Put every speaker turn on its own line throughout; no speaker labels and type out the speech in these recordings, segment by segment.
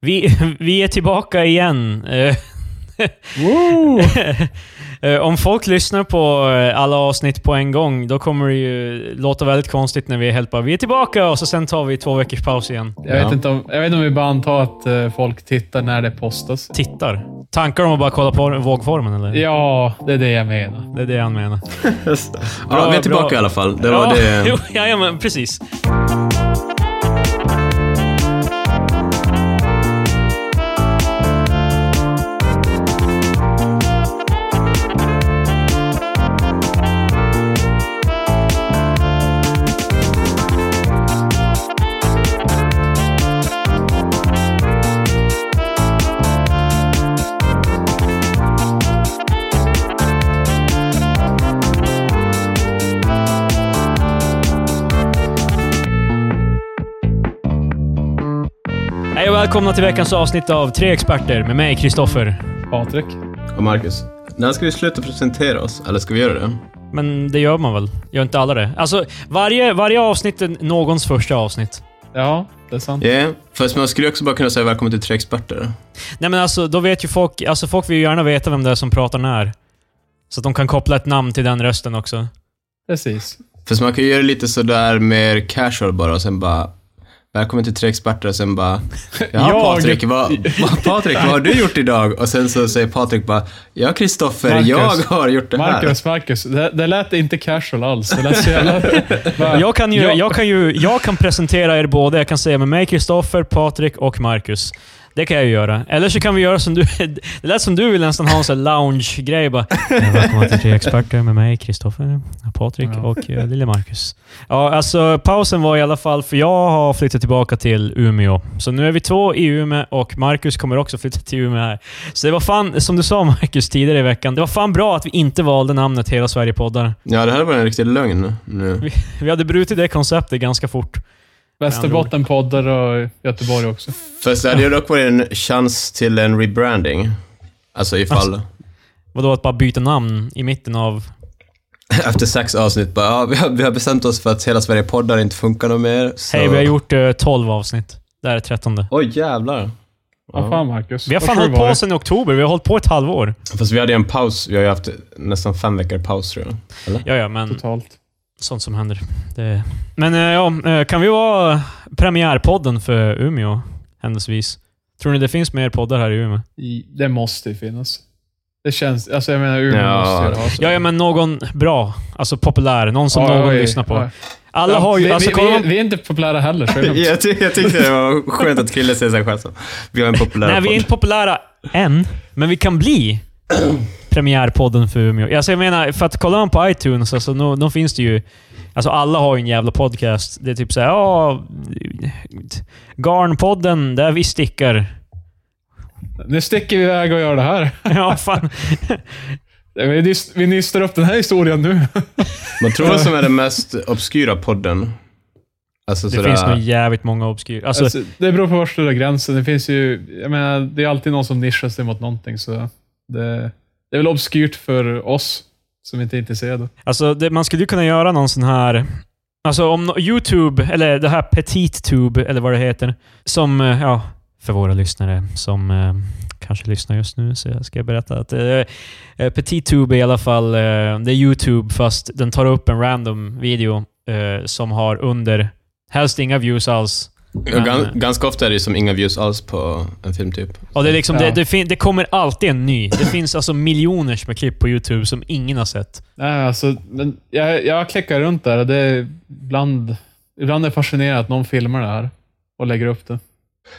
Vi, vi är tillbaka igen. Eh,
Woo!
eh, Om folk lyssnar på eh, alla avsnitt på en gång, då kommer det ju låta väldigt konstigt när vi är helt bara, vi är tillbaka och så sen tar vi två veckors paus igen.
Jag,
Ja.
vet inte om, jag vet inte om vi bara antar att eh, folk tittar när det postas.
Tittar. Tankar om att bara kolla på vågformen eller?
Ja, det är det jag menar.
Det är det han menar.
ja, vi
bra.
är tillbaka i alla fall. Det var
ja,
det.
Jo, ja, ja, men precis. Hej och välkomna till veckans avsnitt av Tre Experter med mig, Kristoffer.
Patrik?
Och Marcus, när ska vi sluta presentera oss? Eller ska vi göra det?
Men det gör man väl? Gör inte alla det? Alltså, varje, varje avsnitt är någons första avsnitt.
Ja, det är sant.
Ja, fast man skulle också bara kunna säga välkommen till Tre Experter.
Nej men alltså, då vet ju folk... Alltså folk vill ju gärna veta vem det är som pratar när. Så att de kan koppla ett namn till den rösten också.
Precis.
Fast man kan ju göra lite sådär mer casual bara och sen bara Välkommen till Tre Experter och sen bara Ja
Jag-
Patrik, vad, vad, Patrik, vad har du gjort idag? Och sen så säger Patrik bara Ja Kristoffer,
Marcus.
jag har gjort det här.
Marcus, Marcus. Det, det lät inte casual alls. Det lät så jävla... Bara-
Jag kan ju...
Ja.
Jag kan ju... Jag kan presentera er båda. Jag kan säga med mig, Kristoffer, Patrik och Marcus. Det kan jag ju göra. Eller så kan vi göra som du... Det lät som du vill nästan ha en sån här lounge-grej bara. Välkomna till Tre Experter med mig, Kristoffer, Patrik
Ja.
och eh, lille Marcus. Ja, alltså pausen var i alla fall, för jag har flyttat tillbaka till Umeå. Så nu är vi två i Umeå och Marcus kommer också flytta till Umeå här. Så det var fan, som du sa Marcus tidigare i veckan, det var fan bra att vi inte valde namnet Hela Sverige poddar.
Ja, det här var en riktig lögn nu.
Vi hade brutit det konceptet ganska fort.
Västerbotten poddar och Göteborg också.
Fast det hade ju dock varit en chans till en rebranding. Alltså ifall...
Vadå att bara byta namn i mitten av...
Efter sex avsnitt bara, ja, vi, har, vi har bestämt oss för att hela Sverige poddar inte funkar något mer. Så...
Hej, vi har gjort eh, 12 avsnitt. Det här är 13.
Oj jävlar.
Vad
Ja.
fan Marcus?
Vi har
Vad
fan
sju
hållit
var
på
det?
sedan i oktober. Vi har hållit på ett halvår.
Fast vi hade ju en paus, vi har ju haft nästan fem veckor paus tror jag.
Ja, ja, men...
Totalt.
sånt som händer. Det... Men eh, ja, eh, kan vi vara premiärpodden för Umeå, händelsevis? Tror ni det finns mer poddar här i Umeå?
I- Det måste ju finnas. Det känns... Alltså jag menar, Umeå
Ja.
måste ju ha så.
Ja, ja, men någon bra. Alltså populär. Någon som någon
oj,
lyssnar på.
oj.
Alla har ju...
vi,
Alltså,
vi,
kollar
vi,
man...
vi är inte populära heller, så det är lugnt.
jag, ty- jag tyckte det var skönt att Krille säger sig själv så. Vi har en populär
Nej, vi är inte populära än, men vi kan bli premiärpodden för Umeå. Alltså, jag menar, för att kollar man på iTunes, alltså, då, då finns det ju... Alltså alla har ju en jävla podcast. Det är typ såhär, ja... Garnpodden, där vi stickar.
Nu sticker vi iväg och gör det här.
Ja, fan.
Vi, nys- vi nystar upp den här historien nu.
Man tror det som är den mest obskyra podden. Alltså
Det
sådär...
finns nog jävligt många obskyr... Alltså,
Alltså, det beror på var du drar gränsen. Det finns ju, jag menar, det är alltid någon som nischar sig mot någonting, så det, det är väl obskyrt för oss som inte är intresserade.
alltså det, man skulle ju kunna göra någon sån här... Alltså om nå- YouTube, eller det här PetitTube, eller vad det heter, som... eh, Ja, för våra lyssnare som eh, kanske lyssnar just nu, så jag ska berätta att eh, eh, PetitTube är i alla fall... Eh, det är YouTube, fast den tar upp en random video eh, som har under... Helst inga views alls.
Ja, gan- ganska ofta är det ju som inga views alls på en film typ.
Och det, är liksom, det,
Ja.
det, fin- det kommer alltid en ny. Det finns alltså miljoners med klipp på YouTube som ingen har sett.
Nej, alltså, men jag, jag klickar runt där och det är ibland, ibland är jag fascinerad att någon filmar det här och lägger upp det.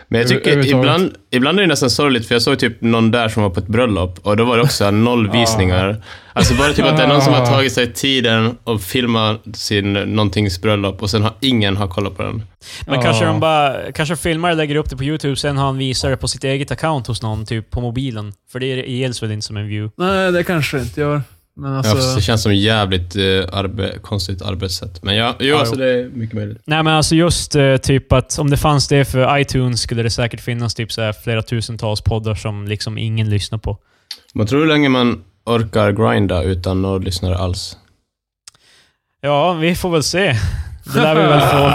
Men jag
Ö-
tycker
överhuvudtaget.
ibland, ibland är det nästan sorgligt, för jag såg typ någon där som var på ett bröllop och då var det också noll visningar. Alltså bara typ att det är någon som har tagit sig tiden och filmat sin någontings bröllop och sen har ingen har kollat på den.
Men
Ja.
kanske de bara kanske filmar och lägger upp det på YouTube, sen har han visar det på sitt eget account hos någon, typ på mobilen. För det gills väl inte som en view.
Nej, det kanske det inte gör. Men
Ja, fast
alltså,
det känns som jävligt eh, arbe- konstigt arbetssätt. Men ja, jo,
Ja,
alltså
jo.
det är mycket möjligt.
Nej men alltså just eh, typ att om det fanns det för iTunes skulle det säkert finnas typ så här flera tusentals poddar som liksom ingen lyssnar på.
Man tror hur länge man orkar grinda utan några lyssnare alls. Ah.
Ja, vi får väl se. Det lär vi väl få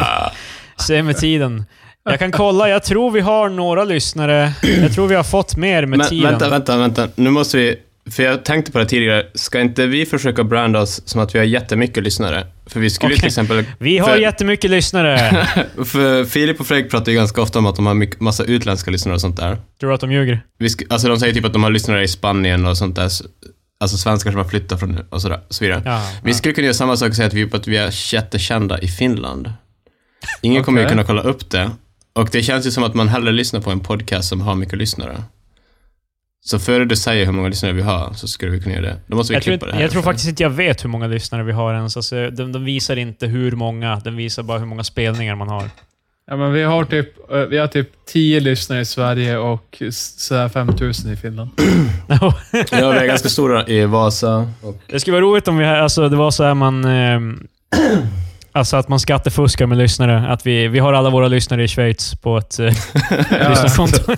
se med tiden. Jag kan kolla. Jag tror vi har några lyssnare. Jag tror vi har fått mer med
Men,
tiden.
vänta, vänta, vänta. Nu måste vi... För jag tänkte på det tidigare. Ska inte vi försöka branda oss som att vi har jättemycket lyssnare? För vi skulle ju till
Okej.
exempel...
Vi har
för,
jättemycket lyssnare.
för Filip och Fredrik pratar ju ganska ofta om att de har mycket, massa utländska lyssnare och sånt där.
Tror du att de ljuger?
Vi sk- alltså de säger typ att de har lyssnare i Spanien och sånt där. s- Alltså svenskar som har flyttat från och sådär, och så vidare.
Ja.
Vi skulle kunna göra samma sak och säga att vi, att vi är jättekända i Finland. Ingen kommer ju
Okej.
kunna kolla upp det. Och det känns ju som att man hellre lyssnar på en podcast som har mycket lyssnare. Så före du säger hur många lyssnare vi har så skulle vi kunna göra det. Då måste vi
Jag
klippa
tror,
det här.
jag tror
i alla fall.
faktiskt inte jag vet hur många lyssnare vi har ens. Alltså, de, de visar inte hur många, den visar bara hur många spelningar man har.
Ja, men vi har typ, eh, vi har typ 10 lyssnare i Sverige och s- sådär 5000 i Finland.
Ja, vi är ganska stora i Vasa. Och
det skulle vara roligt om vi, alltså, det var så här man... ehm, alltså att man skattefuskar med lyssnare. Att vi, vi har alla våra lyssnare i Schweiz på ett eh, lyssnarkonto.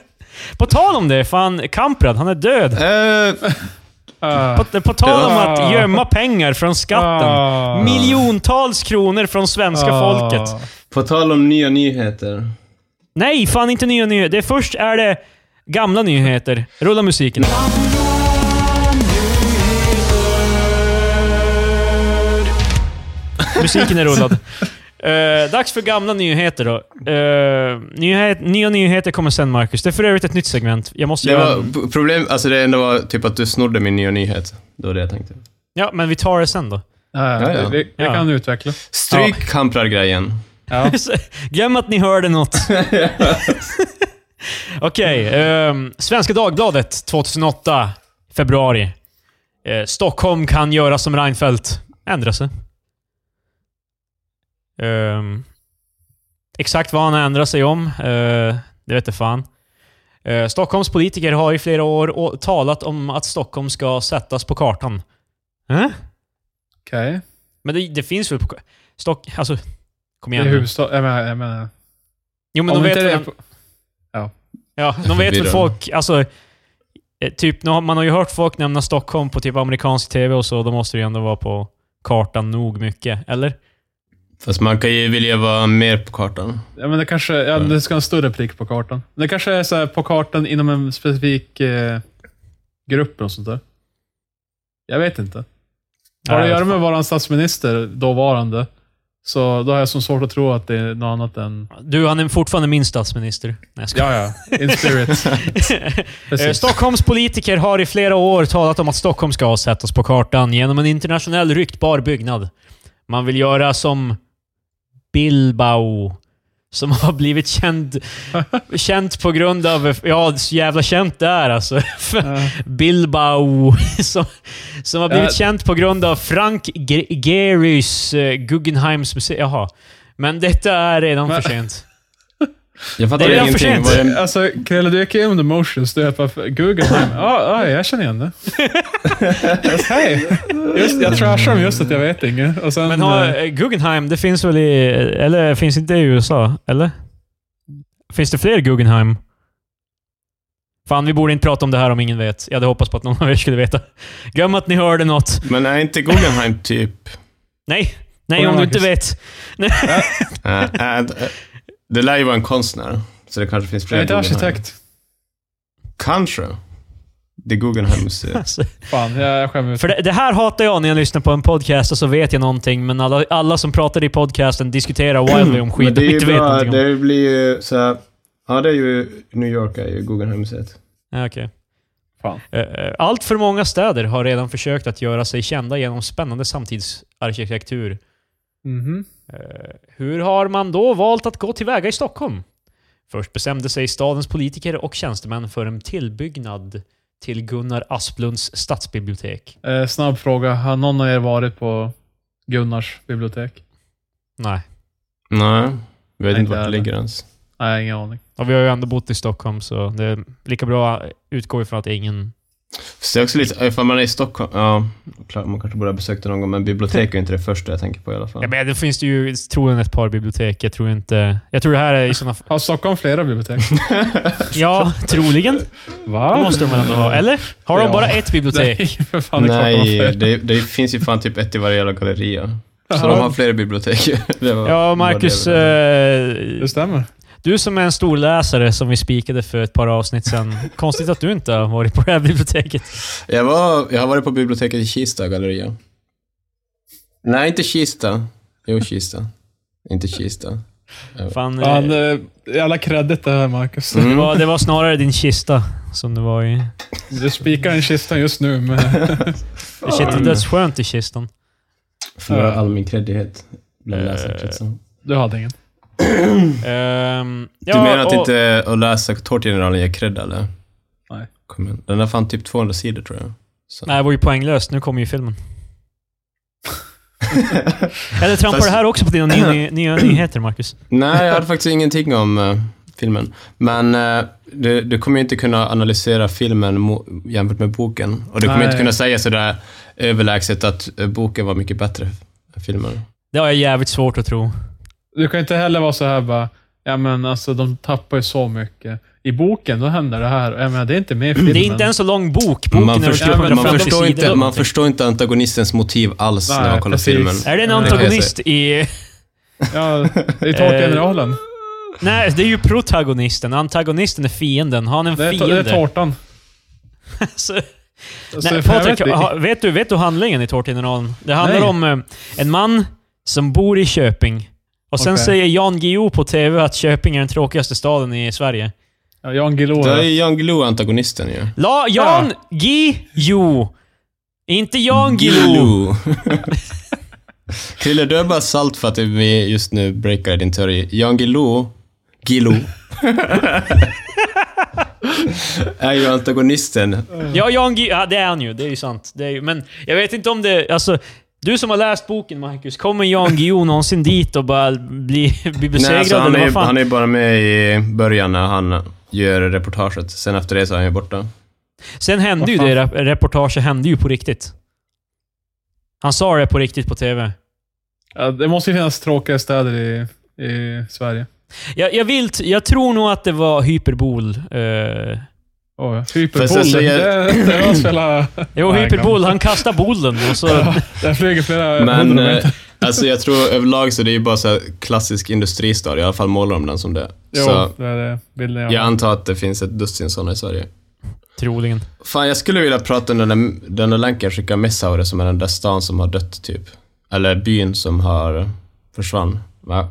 på tal om det, fan Kamprad, han är död.
Ah.
På, på tal om
Ja.
att gömma pengar från skatten.
Ah.
Miljontals kronor från svenska
Ah.
folket.
på tal om nya nyheter.
Nej, fan inte nya nyheter. Det är först är det gamla nyheter. Rulla musiken. Musiken är rullad. Eh, dags för gamla nyheter då. Eh, nyhet, nya nyheter kommer sen, Marcus. Det är för övrigt ett nytt segment. Jag måste
Det
göra...
var p- problem, alltså det enda var typ att du snodde min nya nyhet. Det var det jag tänkte.
Ja, men vi tar det sen då.
Ah,
Ja, ja.
Det, det
Ja.
kan utveckla.
Stryk Kamprad-grejen.
Ja.
Glöm att ni hörde något. Okej. ehm, Svenska Dagbladet 2008, februari. Eh, Stockholm kan göra som Reinfeldt. Ändra sig. Ehm, exakt vad han ändrar sig om, eh, det vet jag fan. Eh, Stockholms politiker har i flera år å- talat om att Stockholm ska sättas på kartan. Eh?
Okej.
Men det, det finns väl på... ka- Stock... Alltså, kom
Det
igen
är
nu.
huvudstad... Jag menar... Jag menar.
Jo, men
om
de vet
inte det
väl
är
en-
på-
Ja, de vet väl
Vidare.
folk, alltså... eh, Typ, nu har- man har ju hört folk nämna Stockholm på typ amerikansk TV och så, då måste det ju ändå vara på kartan nog mycket, eller?
Fast man kan ju vilja vara mer på kartan.
Ja, men det kanske, ja,
Mm.
det ska ha en större prick på kartan. Det kanske är så här på kartan inom en specifik eh, grupp eller sånt där. Jag vet inte. Har det
Nej, jag
att göra
vet
med våran statsminister, dåvarande, så då har jag som svårt att tro att det är något annat än...
fan. Du, han är fortfarande min statsminister. Nej, jag skojar.
Ja, ja. In spirit.
Eh,
Precis.
Stockholms politiker har i flera år talat om att Stockholm ska sättas på kartan genom en internationell ryktbar byggnad. Man vill göra som Bilbao, som har blivit känd, känt på grund av... Ja, så jävla känt där alltså.
Eh,
Bilbao, som, som har blivit
Ja.
känt på grund av Frank Ge- Gehry's eh, Guggenheims museum. Jaha. Men detta är redan
Men-
för sent.
Jag fattar
Det är redan för
ingenting.
sent.
Var det,
Alltså, Krille, du gick igenom the motions. Du är på Guggenheim. Ja, ja, jag känner igen det. Hej! Just- Jag trashar dem just att jag vet inget. Och sen,
Men har,
eh,
eh, Guggenheim, det finns väl i... eh, Eller finns inte i USA? Eller? Finns det fler Guggenheim? Fan, vi borde inte prata om det här om ingen vet. Jag hade hoppats på att någon av er skulle veta. Glöm att ni hörde något.
men är inte Guggenheim typ...
Nej, nej
Kolla,
om du inte
Marcus.
vet.
Äh, äh, det lär ju vara en konstnär, så det kanske finns
jag
fler
är inte
Guggenheim.
arkitekt.
Kanske. Det är Guggenheim museet.
Alltså.
Fan, jag, jag skämmer ut
För det, det här hatar jag när jag lyssnar på en podcast och så vet jag någonting, men alla, alla som pratar i podcasten diskuterar wildly om skit
Men
de inte vet någonting om.
det blir ju så här, Ja, det är ju New York är ju Guggenheim museet.
Ja, okej.
Fan.
Eh, eh, Allt för många städer har redan försökt att göra sig kända genom spännande samtidsarkitektur.
Mhm.
Eh, Hur har man då valt att gå tillväga i Stockholm? Först bestämde sig stadens politiker och tjänstemän för en tillbyggnad till Gunnar Asplunds stadsbibliotek.
Eh, snabb fråga. Har någon av er varit på Gunnars bibliotek?
Nej,
Nej, jag vet
Nej,
inte vart det
inte
ligger ens.
Nej, ingen aning.
och vi har ju ändå bott i Stockholm så det är lika bra att utgå ifrån att ingen...
Så det är också lite, ifall man är i Stockholm, ja, klart man kanske borde ha besökt det någon gång, men bibliotek är inte det första jag tänker på i alla fall.
Ja, men det finns det ju troligen ett par bibliotek. Jag tror inte... Jag tror det här är i sådana fall...
Har Stockholm flera bibliotek?
Ja, troligen.
Va?
Det måste de väl ändå ha? Eller? Har de
Ja.
bara ett bibliotek?
Nej, för fan. Det är klart de har
Nej,
flera.
det, det finns ju fan typ ett i varje jävla galleria. Så
Ja.
de har flera bibliotek. Det var-
Ja,
var
Marcus.
det.
eh,
Det stämmer.
Du som är en stor läsare som vi spikade för ett par avsnitt sedan. Konstigt att du inte har varit på det här biblioteket.
Jag, var, jag har varit på biblioteket i Kista, galleria. Nej, inte Kista. Jo, Kista. Inte Kista.
Fan, eh,
Fan, eh, alla credit det här Marcus.
det,
Mm.
var, det var snarare din kista som du var i.
Du spikar en kistan just nu med
Det känns dödsskönt i kistan.
Förlorar all min kreddighet
Eh,
typ bland läsarkretsen.
Du hade ingen.
Ehm,
Du
ja,
menar att
och-
inte att läsa Tårtgeneralen ger cred, eller?
Nej.
Kom igen. Den där fan typ 200 sidor, tror jag. Så.
Nej, det var ju poänglöst. Nu kommer ju filmen. Eller trampar
Fast-
det här också på dina nya, nya, nya nyheter, Marcus?
Nej, jag hade faktiskt ingenting om eh, filmen. Men eh, du, du kommer ju inte kunna analysera filmen mo- jämfört med boken. Och du kommer
Nej.
inte kunna säga sådär överlägset att eh, boken var mycket bättre än filmen.
Det har jag jävligt svårt att tro.
Du kan inte heller vara så här bara, ja men alltså de tappar ju så mycket. I boken, då händer det här. Jag menar, det är inte med i filmen.
Det är inte en så lång bok. Boken
Mm. Man
är väl
förstår,
men
man
750
förstår,
sidor.
inte,
eller
man
någonting.
förstår inte antagonistens motiv alls när
Nej,
man kollar
precis.
filmen.
Är det en
Ja, det
kan jag
antagonist i...
Ja, det är
Eh,
tårtgeneralen.
Nej, det är ju protagonisten. Antagonisten är fienden. Har han en
Det är, tå- det
fiende?
är tårtan.
Så-
Alltså,
Nej,
för jag
Patrik,
vet inte.
ha- vet, du, vet du handlingen i Tårtgeneralen? Det handlar
Nej.
om eh, en man som bor i Köping. Och sen
Okej.
säger Jan Guillou på TV att Köping är den tråkigaste staden i Sverige.
Ja, Jan Guillou.
Då är
ja.
ju Jan Guillou antagonisten ju.
La, Jan Guillou! Inte Jan Guillou!
Guillou. Krille, du är bara salt för att vi just nu breakar din teori. Jan Guillou, Guillou, är ju antagonisten.
Ja, Jan Guillou. Ja, det är han ju. Det är ju sant. Det är ju, men jag vet inte om det... Alltså, du som har läst boken, Marcus. Kommer Jan Guillou någonsin dit och bara bli, bli besegrad?
Nej, alltså, han,
eller
är,
vad fan?
han är bara med i början när han gör reportaget. Sen efter det så är han ju borta.
Äh,
Sen hände ju
Vad
det. rep- Reportaget hände ju på riktigt. Han sa det på riktigt på TV.
Ja, det måste ju finnas tråkiga städer i, i Sverige.
Jag, jag, vill, t- jag tror nog att det var hyperbol. eh.
Oh, ja.
Fast
Hyperboll.
alltså, jag-
Det, det var så jävla...
jo,
Nej,
hyperbol.
gammal.
Han kastar bollen och så...
Där flyger flera
Men
hundra
eh,
meter.
alltså, jag tror överlag så det är ju bara så här klassisk industristad. I alla fall målar de den som det.
Jo,
Så
det är det bilden jag
jag
har.
antar att det finns ett dussin sådana i Sverige.
Troligen.
Fan, jag skulle vilja prata om den där, den där länken jag skickade Messaure som är den där stan som har dött typ. Eller byn som har försvann. Va?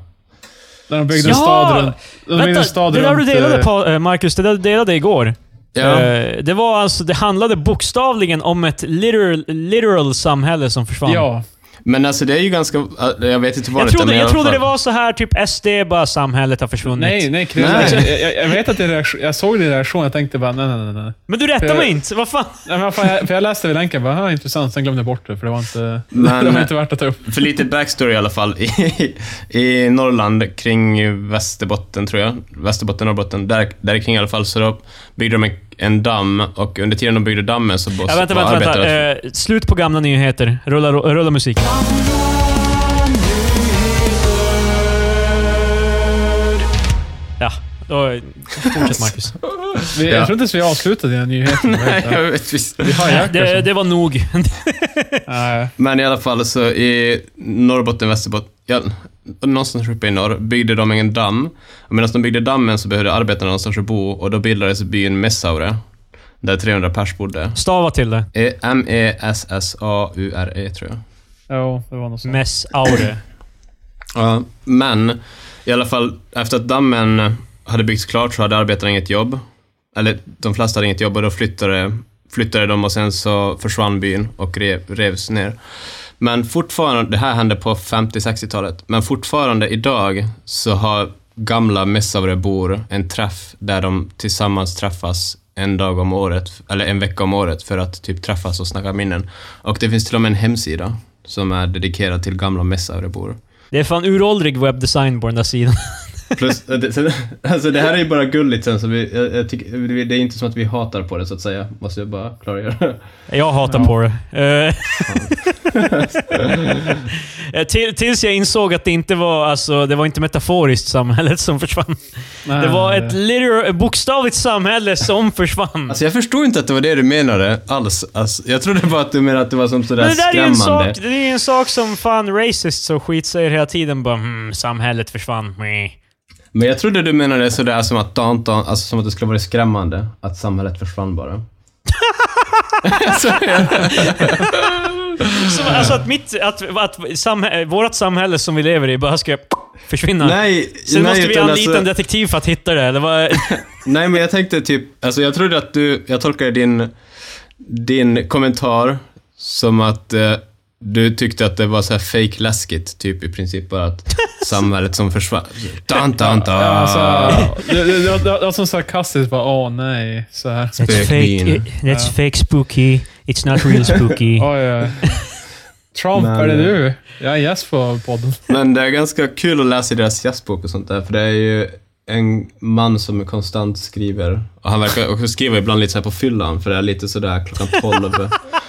När de byggde
Ja!
en stad runt... De byggde en
Vänta,
stad
det där du
runt...
delade,
eh,
Pa- eh, Marcus. Det där du delade igår.
Ja.
Eh, Det var alltså, det handlade bokstavligen om ett literal, literal samhälle som försvann.
Ja.
Men alltså det är ju ganska, äh, jag vet inte hur
Jag trodde,
vanligt är,
jag
men i alla
trodde det
fall.
var så här typ SD bara samhället har försvunnit.
Nej, nej, Chrille.
Nej.
Jag- Jag, jag vet att din reaktion... Jag såg din reaktion. Jag tänkte bara, nej, nej, nej. nej.
Men du rättar
Eh,
mig inte. Vad fan?
Nej, men fan, jag, för jag läste vid länken bara, "Ah, intressant, sen glömde jag bort det för det var inte,
Men-
det var inte värt att ta upp.
För lite backstory i alla fall. I, i Norrland, kring Västerbotten tror jag. Västerbotten, Norrbotten. Där, där kring i alla fall. Så då byggde de en, en damm och under tiden de byggde dammen så
Ja, vänta, vänta, vänta. Eh, slut på gamla nyheter. Rulla, ro- rulla musik. Ja, då fortsätt Marcus.
Vi,
Ja.
Jag tror inte ens vi avslutade dina nyheter.
Nej, jag vet visst.
Vi har jackor
Det,
som-
det var nog.
Nej.
Men i alla fall så i Norrbotten, Västerbotten, ja, någonstans uppe i norr, byggde de en damm. Och medan de byggde dammen så behövde arbetarna någonstans att bo och då bildades byn Messaure, där 300 pers bodde.
Stava till det.
E- M-E-S-S-A-U-R-E E, tror jag.
Jo, det var något sånt.
Messaure.
Ja, men i alla fall efter att dammen hade byggts klart så hade arbetarna inget jobb. Eller de flesta hade inget jobb och då flyttade, flyttade de och sen så försvann byn och rev, revs ner. Men fortfarande, det här hände på 50-60-talet, men fortfarande idag så har gamla Messaurebor en träff där de tillsammans träffas en dag om året, eller en vecka om året för att typ träffas och snacka minnen. Och det finns till och med en hemsida som är dedikerad till gamla Messaurebor.
Det är fan uråldrig webbdesign på den där sidan.
Plus, eh, det- sen- alltså det här är ju bara gulligt sen, så vi, jag, jag tycker, vi- det är inte som att vi hatar på det så att säga. Måste jag bara klargöra.
Jag hatar
Ja.
på det. Eh, Eh, till, tills jag insåg att det inte var, alltså, det var inte metaforiskt samhället som försvann.
Nej,
Det var
nej,
ett
nej.
literal, ett bokstavligt samhälle som försvann.
Alltså jag förstod inte att det var det du menade alls. Alltså, jag trodde bara att du menade att det var som sådär
Men det där är ju en
skrämmande.
sak, det är ju en sak som fan racists och skit säger hela tiden. Bara, mm, samhället "Hmm, försvann. Meh.
Men jag trodde du menade sådär som att, dan, dan, alltså som att det skulle vara skrämmande att samhället försvann bara.
Som, alltså att, mitt, att, att samhä vårt samhälle som vi lever i bara ska försvinna.
nej,
Sen
nej,
måste vi
utan
anlita
alltså-
en detektiv för att hitta det. Eller vad?
Nej, men jag tänkte typ, alltså jag trodde att du, jag tolkade din, din kommentar som att eh, du tyckte att det var så här fake läskigt typ i princip bara att samhället som försvann. Dan, dan, dan.
Ja,
Ah.
alltså, det, det, det, det var som sarkastiskt bara, åh nej, så här.
That's fake,
Spökbyn.
that's fake spooky. It's not real spooky.
Oj, oj. Trump,
Men-
är det du? Jag är gäst på podden.
Men det är ganska kul att läsa i deras jazzbok och sånt där, för det är ju en man som konstant skriver. Och han verkar också skriva ibland lite så här på fyllan, för det är lite sådär klockan 12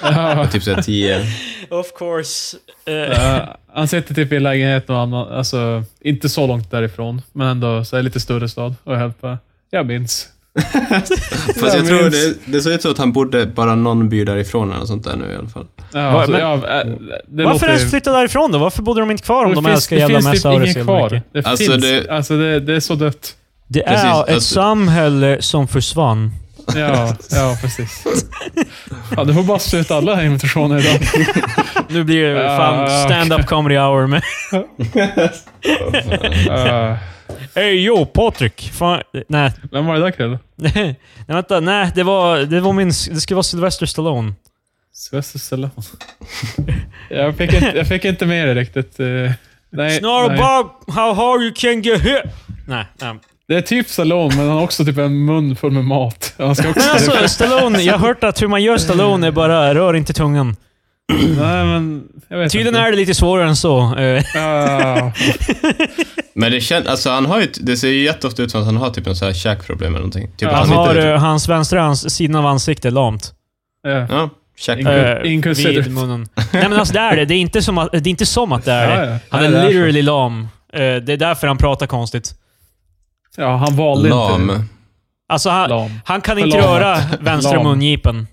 Ja.
och typ såhär 10.
Of course. Eh,
Ja, han sitter typ i lägenheten och han, alltså, inte så långt därifrån, men ändå så här, lite större stad. Och jag helt bara, jag minns.
Fast jag
Jag
tror
minns.
det, det ser ut så att han bodde bara någon by därifrån eller något sånt där nu i alla fall.
Ja,
Va-
alltså,
men-
ja, äh, det
Varför
låter ju-
ens flytta därifrån då? Varför bodde de inte kvar om de älskar jävla
typ
messaurer så jävla mycket?
Det
Alltså,
finns,
det-
alltså det, det är så dött.
Det är
Precis,
ett
alltså-
samhälle som försvann.
Ja, ja precis. Ja, du får bara sluta alla invitationer idag.
Nu blir det
Ja,
fan
ja,
stand-up comedy hour med...
Uh,
Hey yo, Patrik! Fan, nej.
vem var det där kväll?
nej, vänta. Nej, det var, det var min... Det skulle vara Sylvester Stallone.
Sylvester Stallone. jag, fick inte, jag fick inte med det riktigt. eh, nej,
Snarare
nej.
Bob, how hard you can get hit! Nej, nej.
Det är typ Stallone, men han har också typ en mun full med mat. Han ska också...
Men alltså, Stallone. Jag har hört att hur man gör Stallone är bara rör inte tungan.
nej, men... Jag vet
Tydligen
inte.
är det lite svårare än så. Eh,
Ja,
Men det känns, alltså han har ju, det ser ju jätteofta ut som att han har typ en så här käkproblem eller någonting. Typ att
Han
inte-
har eh, hans vänstra ans sidan av ansiktet är lamt.
ja.
Ja, käkproblem.
Inkl-
Eh,
inklusive-
vid munnen. Nej men alltså det är det. Det är inte som att det är, inte som att det är det.
Ja, ja.
Han
Nej,
är
det är så.
literally lam. Eh, Det är därför han pratar konstigt.
Ja, han valde inte
Lam.
Alltså han,
lam.
han kan inte
Lam.
röra vänstra
Lam.
mungipen.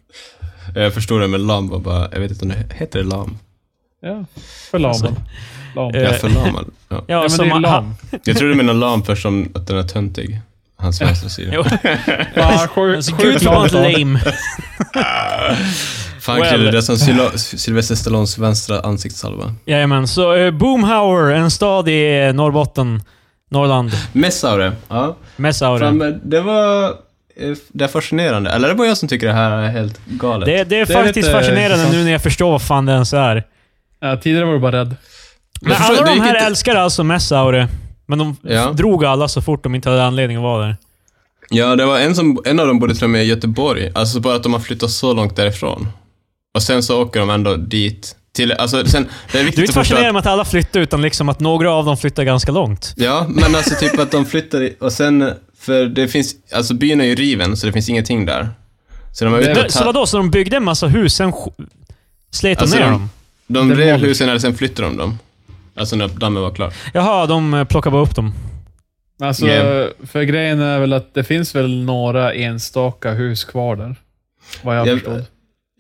Jag förstod det med lam var bara, jag vet inte om det heter det lam.
Ja, förlamad. Lam.
Eh,
Jag är förlamad. Ja.
Ja,
Ja, men
som
det är
han-
lam.
Jag trodde du menade lam först som att den är töntig. Hans vänstra sida.
Jo.
Fan,
han-
sjuk-
Alltså,
sjuk
Gud förbannat
lam.
lame.
Fan,
Well.
well. det är som Sylo- Sylvester Stallones vänstra ansiktshalva.
Jajamän. Så eh, Boomhauer, en stad i eh, Norrbotten. Norrland.
Messaure. Ja. Fan,
Messaure.
men det var... eh, Det är fascinerande. Eller är det bara jag som tycker det här är helt galet?
Det, det är
lite
faktiskt fascinerande
intressant.
nu när jag förstår vad fan det ens är.
Ja, tidigare var du bara rädd.
Men
Jag förstår-
alla
det
de
gick
här
inte-
älskar alltså Messaure. Men de
Ja.
drog alla så fort de inte hade anledning att vara där.
Ja, det var en, som, en av dem bodde till och med i Göteborg. Alltså bara att de har flyttat så långt därifrån. Och sen så åker de ändå dit. Till, alltså, sen, det
Du
är
är
viktigt
inte
att förstå.
fascinerad
Att,
med att alla flyttar, utan liksom att några av dem flyttar ganska långt.
ja, men alltså typ att de flyttar i- och sen, för det finns, alltså byn är ju riven så det finns ingenting där. Så de har
Det-
ute
Så vadå? Så de byggde en massa hus, sen sk- slet de
Alltså,
ner
de-
dem?
De
Det var-
rev husen eller sen flyttade de dem. Alltså när dammen var klar.
Jaha, de eh, plockade bara upp dem.
Alltså,
Yeah.
för grejen är väl att det finns väl några enstaka hus kvar där. Vad jag
Jag-
förstod.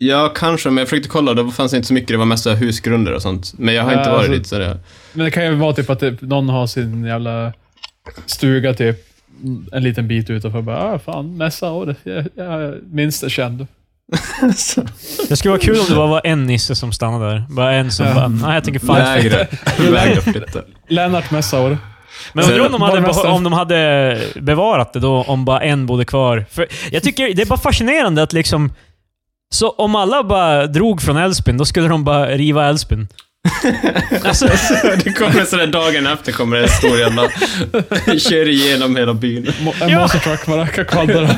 Ja, kanske, men jag försökte kolla, då fanns det inte så mycket. Det var mest så här husgrunder och sånt. Men jag har inte
Ja,
varit
alltså-
dit, så det...
Men det kan ju vara typ att typ, någon har sin jävla stuga typ en liten bit utanför. Bara, ah, fan, nästa år. Jag, jag minns det kände.
Det skulle vara kul om det bara var en nisse som stannade där. Bara en som
Ja.
bara, nej jag tänker fan flytta."
Lägre. Lägre flytta.
Lennart Messaure.
Men undrar om de, hade
Borgmästaren.
beho- om de hade bevarat det då, om bara en bodde kvar. För jag tycker det är bara fascinerande att liksom... Så om alla bara drog från Älvsbyn, då skulle de bara riva Älvsbyn. alltså,
Det kommer sådär dagen efter kommer det en stor jävla... Kör igenom hela byn.
Mo- En
Ja.
monster truck bara kan kvadra.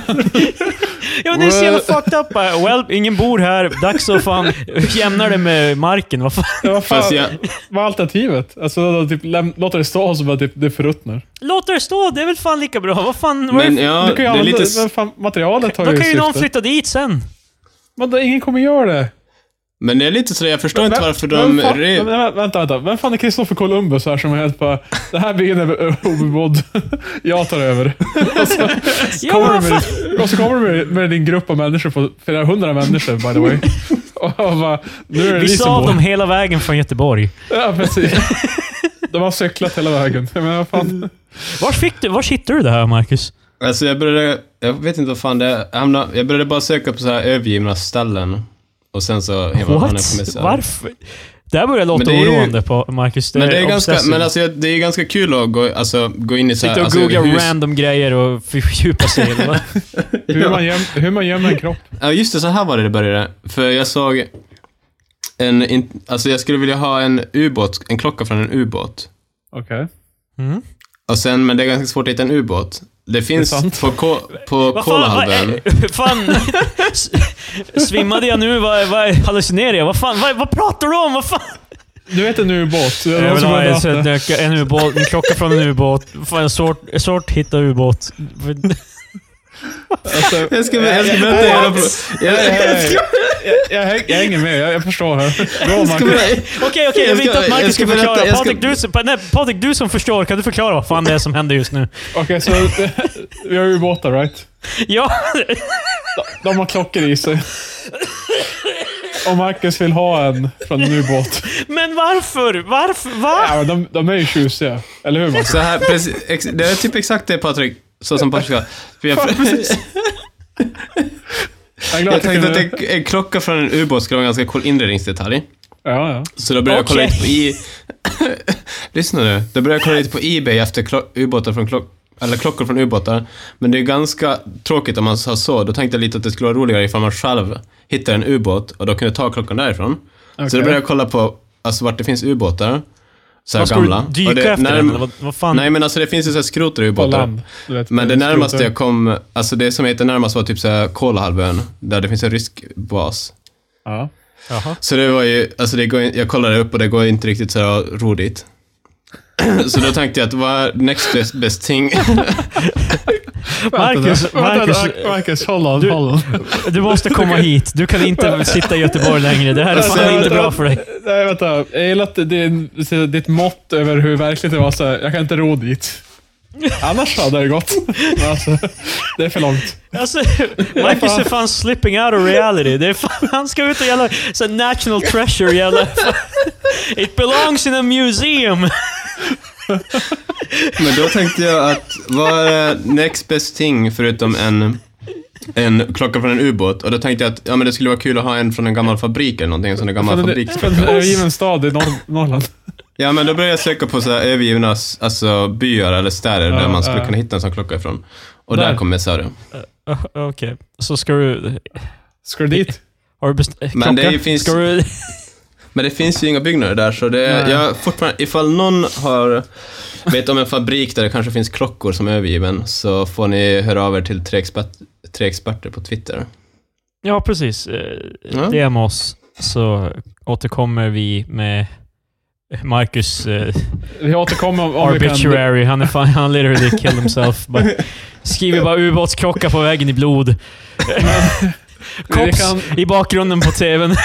ja, men det är så jävla fucked up. bara, Well, ingen bor här. Dags att fan jämna det med marken. Vad fan?
Vad fan,
Fast jag,
vad är alternativet? Alltså, då, typ, läm- låter det stå och så bara typ, det förruttnar. Låt
Låt det stå, det är väl fan lika bra. Vad fan, vad är
men
det-
ja,
du
det
kan ju
är
använda,
lite...
men fan, materialet har
då
ju
kan ju någon
syfte.
flytta dit sen.
Men då, ingen kommer göra det.
Men det är lite sådär, jag förstår inte
Vem-
varför
vem
de...
fan,
rev-
vem- vem- Vänta, vänta. Vem fan är Kristoffer Columbus här som är helt bara... Det här byn är obebodd. Jag tar över. Och så
Ja,
kommer
vad
du
fan?
med, och så kommer du med, med din grupp av människor på flera hundra människor by the way. Och bara, nu är det
Vi
ni som
sa
bor.
dem hela vägen från Göteborg.
Ja, precis. De har cyklat hela vägen. Men vad fan.
Var, fick du, var hittade du det här, Marcus?
Alltså jag började, jag vet inte vad fan det är. Jag, hamnade, jag började bara söka på så här övergivna ställen. Och sen så... What?
What? Varför? Det här börjar låta
Men det är ju-
oroande på Marcus. Det
Men det är, ganska,
obsessive.
men alltså, jag- det är ganska kul att gå, alltså, gå in i så här...
Sitta och
alltså,
googla
hur-
random grejer och fördjupa sig. eller vad?
Hur man, göm, hur man gömmer en kropp.
Ja, just det, så här var det det började. För jag såg en... In, alltså jag skulle vilja ha en ubåt, en klocka från en ubåt.
Okej.
Mm.
Och sen, men det är ganska svårt att hitta en ubåt. Det finns
sant.
på, Ko- på
Vad fan, vad,
Kolahalvön.
eh, fan. S- Svimmade jag nu? Vad, vad hallucinerar jag? Vad fan? Vad, vad pratar du om? Vad fan?
Du vet en ubåt. Det är
Jag
någon
vill
som
ha
har
en,
dött det.
sån- en, ubåt, en klocka från en ubåt. Fan, en svårt, svårt hitta ubåt.
Alltså,
Jag ska, jag ska berätta era pro- jag, jag, jag,
jag, jag, häng- jag hänger med. Jag, jag förstår här. Bra,
ska
Marcus.
berätta-
Okej, okej. Jag
Jag
vill inte
ska-
att Marcus
jag ska
ska förklara.
berätta- jag ska-
Patrik, du, som- nej, Patrik, du som förstår, kan du förklara vad fan det är som händer just nu?
Okej, så vi har ubåtar, right?
Ja,
De har klockor i sig. Och Marcus vill ha en från en ubåt.
men varför? Varför? Va?
Ja, men de, de är ju tjusiga. Eller hur, Marcus?
Så här, precis, ex, det är typ exakt det Patrik, så som Patrik sa. För jag,
Jag är glad
jag tänkte
kunde-
att en, en klocka från en ubåt skulle vara en ganska cool inredningsdetalj.
Ja, ja.
Så då började jag kolla
Okej.
lite på i... Lyssna nu. Då började jag kolla lite på Ebay efter klo- ubåtar från klock... Eller klockor från ubåtar. Men det är ganska tråkigt om man sa så. Då tänkte jag lite att det skulle vara roligare ifall man själv hittar en ubåt och då kunde ta klockan därifrån. Så då
Okej.
började jag kolla på alltså, vart det finns ubåtar. Så här
Vad ska
gamla.
du dyka
Och det-
efter
närm-
den? eller Vad, vad fan?
Nej, men alltså det finns ju så här skrot och
På
ubåtar.
land. Du vet,
Men det
skrotar.
närmaste jag kom, alltså det som jag hittade närmast var typ såhär Kolahalvön, där det finns en rysk bas.
Ja.
Jaha.
Så det var ju, alltså det går, in- jag kollade upp och det går inte riktigt såhär roligt. Så då tänkte jag att vad är next best, best thing?
Marcus,
Vänta, vänta,
Marcus,
Marcus, Marcus, håll on,
Du-
håll on.
Du måste komma hit. Du kan inte sitta i Göteborg längre. Det här
Alltså,
är fan inte bra för dig.
Nej, vänta. Jag gillar att din, ditt mått över hur verkligt det var så här, jag kan inte ro dit. Annars hade det gått. Men alltså, det är för långt.
Alltså, Marcus är fan slipping out of reality. Det är fan, han ska ut och jävla så här national treasure jävla... It belongs in a museum!
Men då tänkte jag att vad är next best thing förutom en, en klocka från en ubåt? Och då tänkte jag att ja, men det skulle vara kul att ha en från en gammal fabrik eller någonting, en sån där gammal
Från en- från en
fabriksklocka.
övergiven stad i norr, Norrland.
Ja, men då började jag söka på så här övergivna alltså, byar eller städer
Ja,
där man skulle
ja.
kunna hitta en sån klocka ifrån. Och där,
Där.
kom Messari.
Uh, Okej, så ska du...
Ska du dit?
Har du best- klocka?
Men det finns-
Ska du...
Men det finns ju inga byggnader där, så det är,
Nej.
jag fortfarande, ifall någon har, vet om en fabrik där det kanske finns klockor som är övergiven, så får ni höra av er till tre, expert, tre experter på Twitter.
Ja, precis.
Ja.
Mm. DM oss, så återkommer vi med Marcus eh,
Vi återkommer om, om vi kan...
arbitrary. Han, är fan, han literally killed himself. Bara, skriver bara ubåtskrocka på vägen i blod.
Vi
Kops
kan,
i bakgrunden på tvn.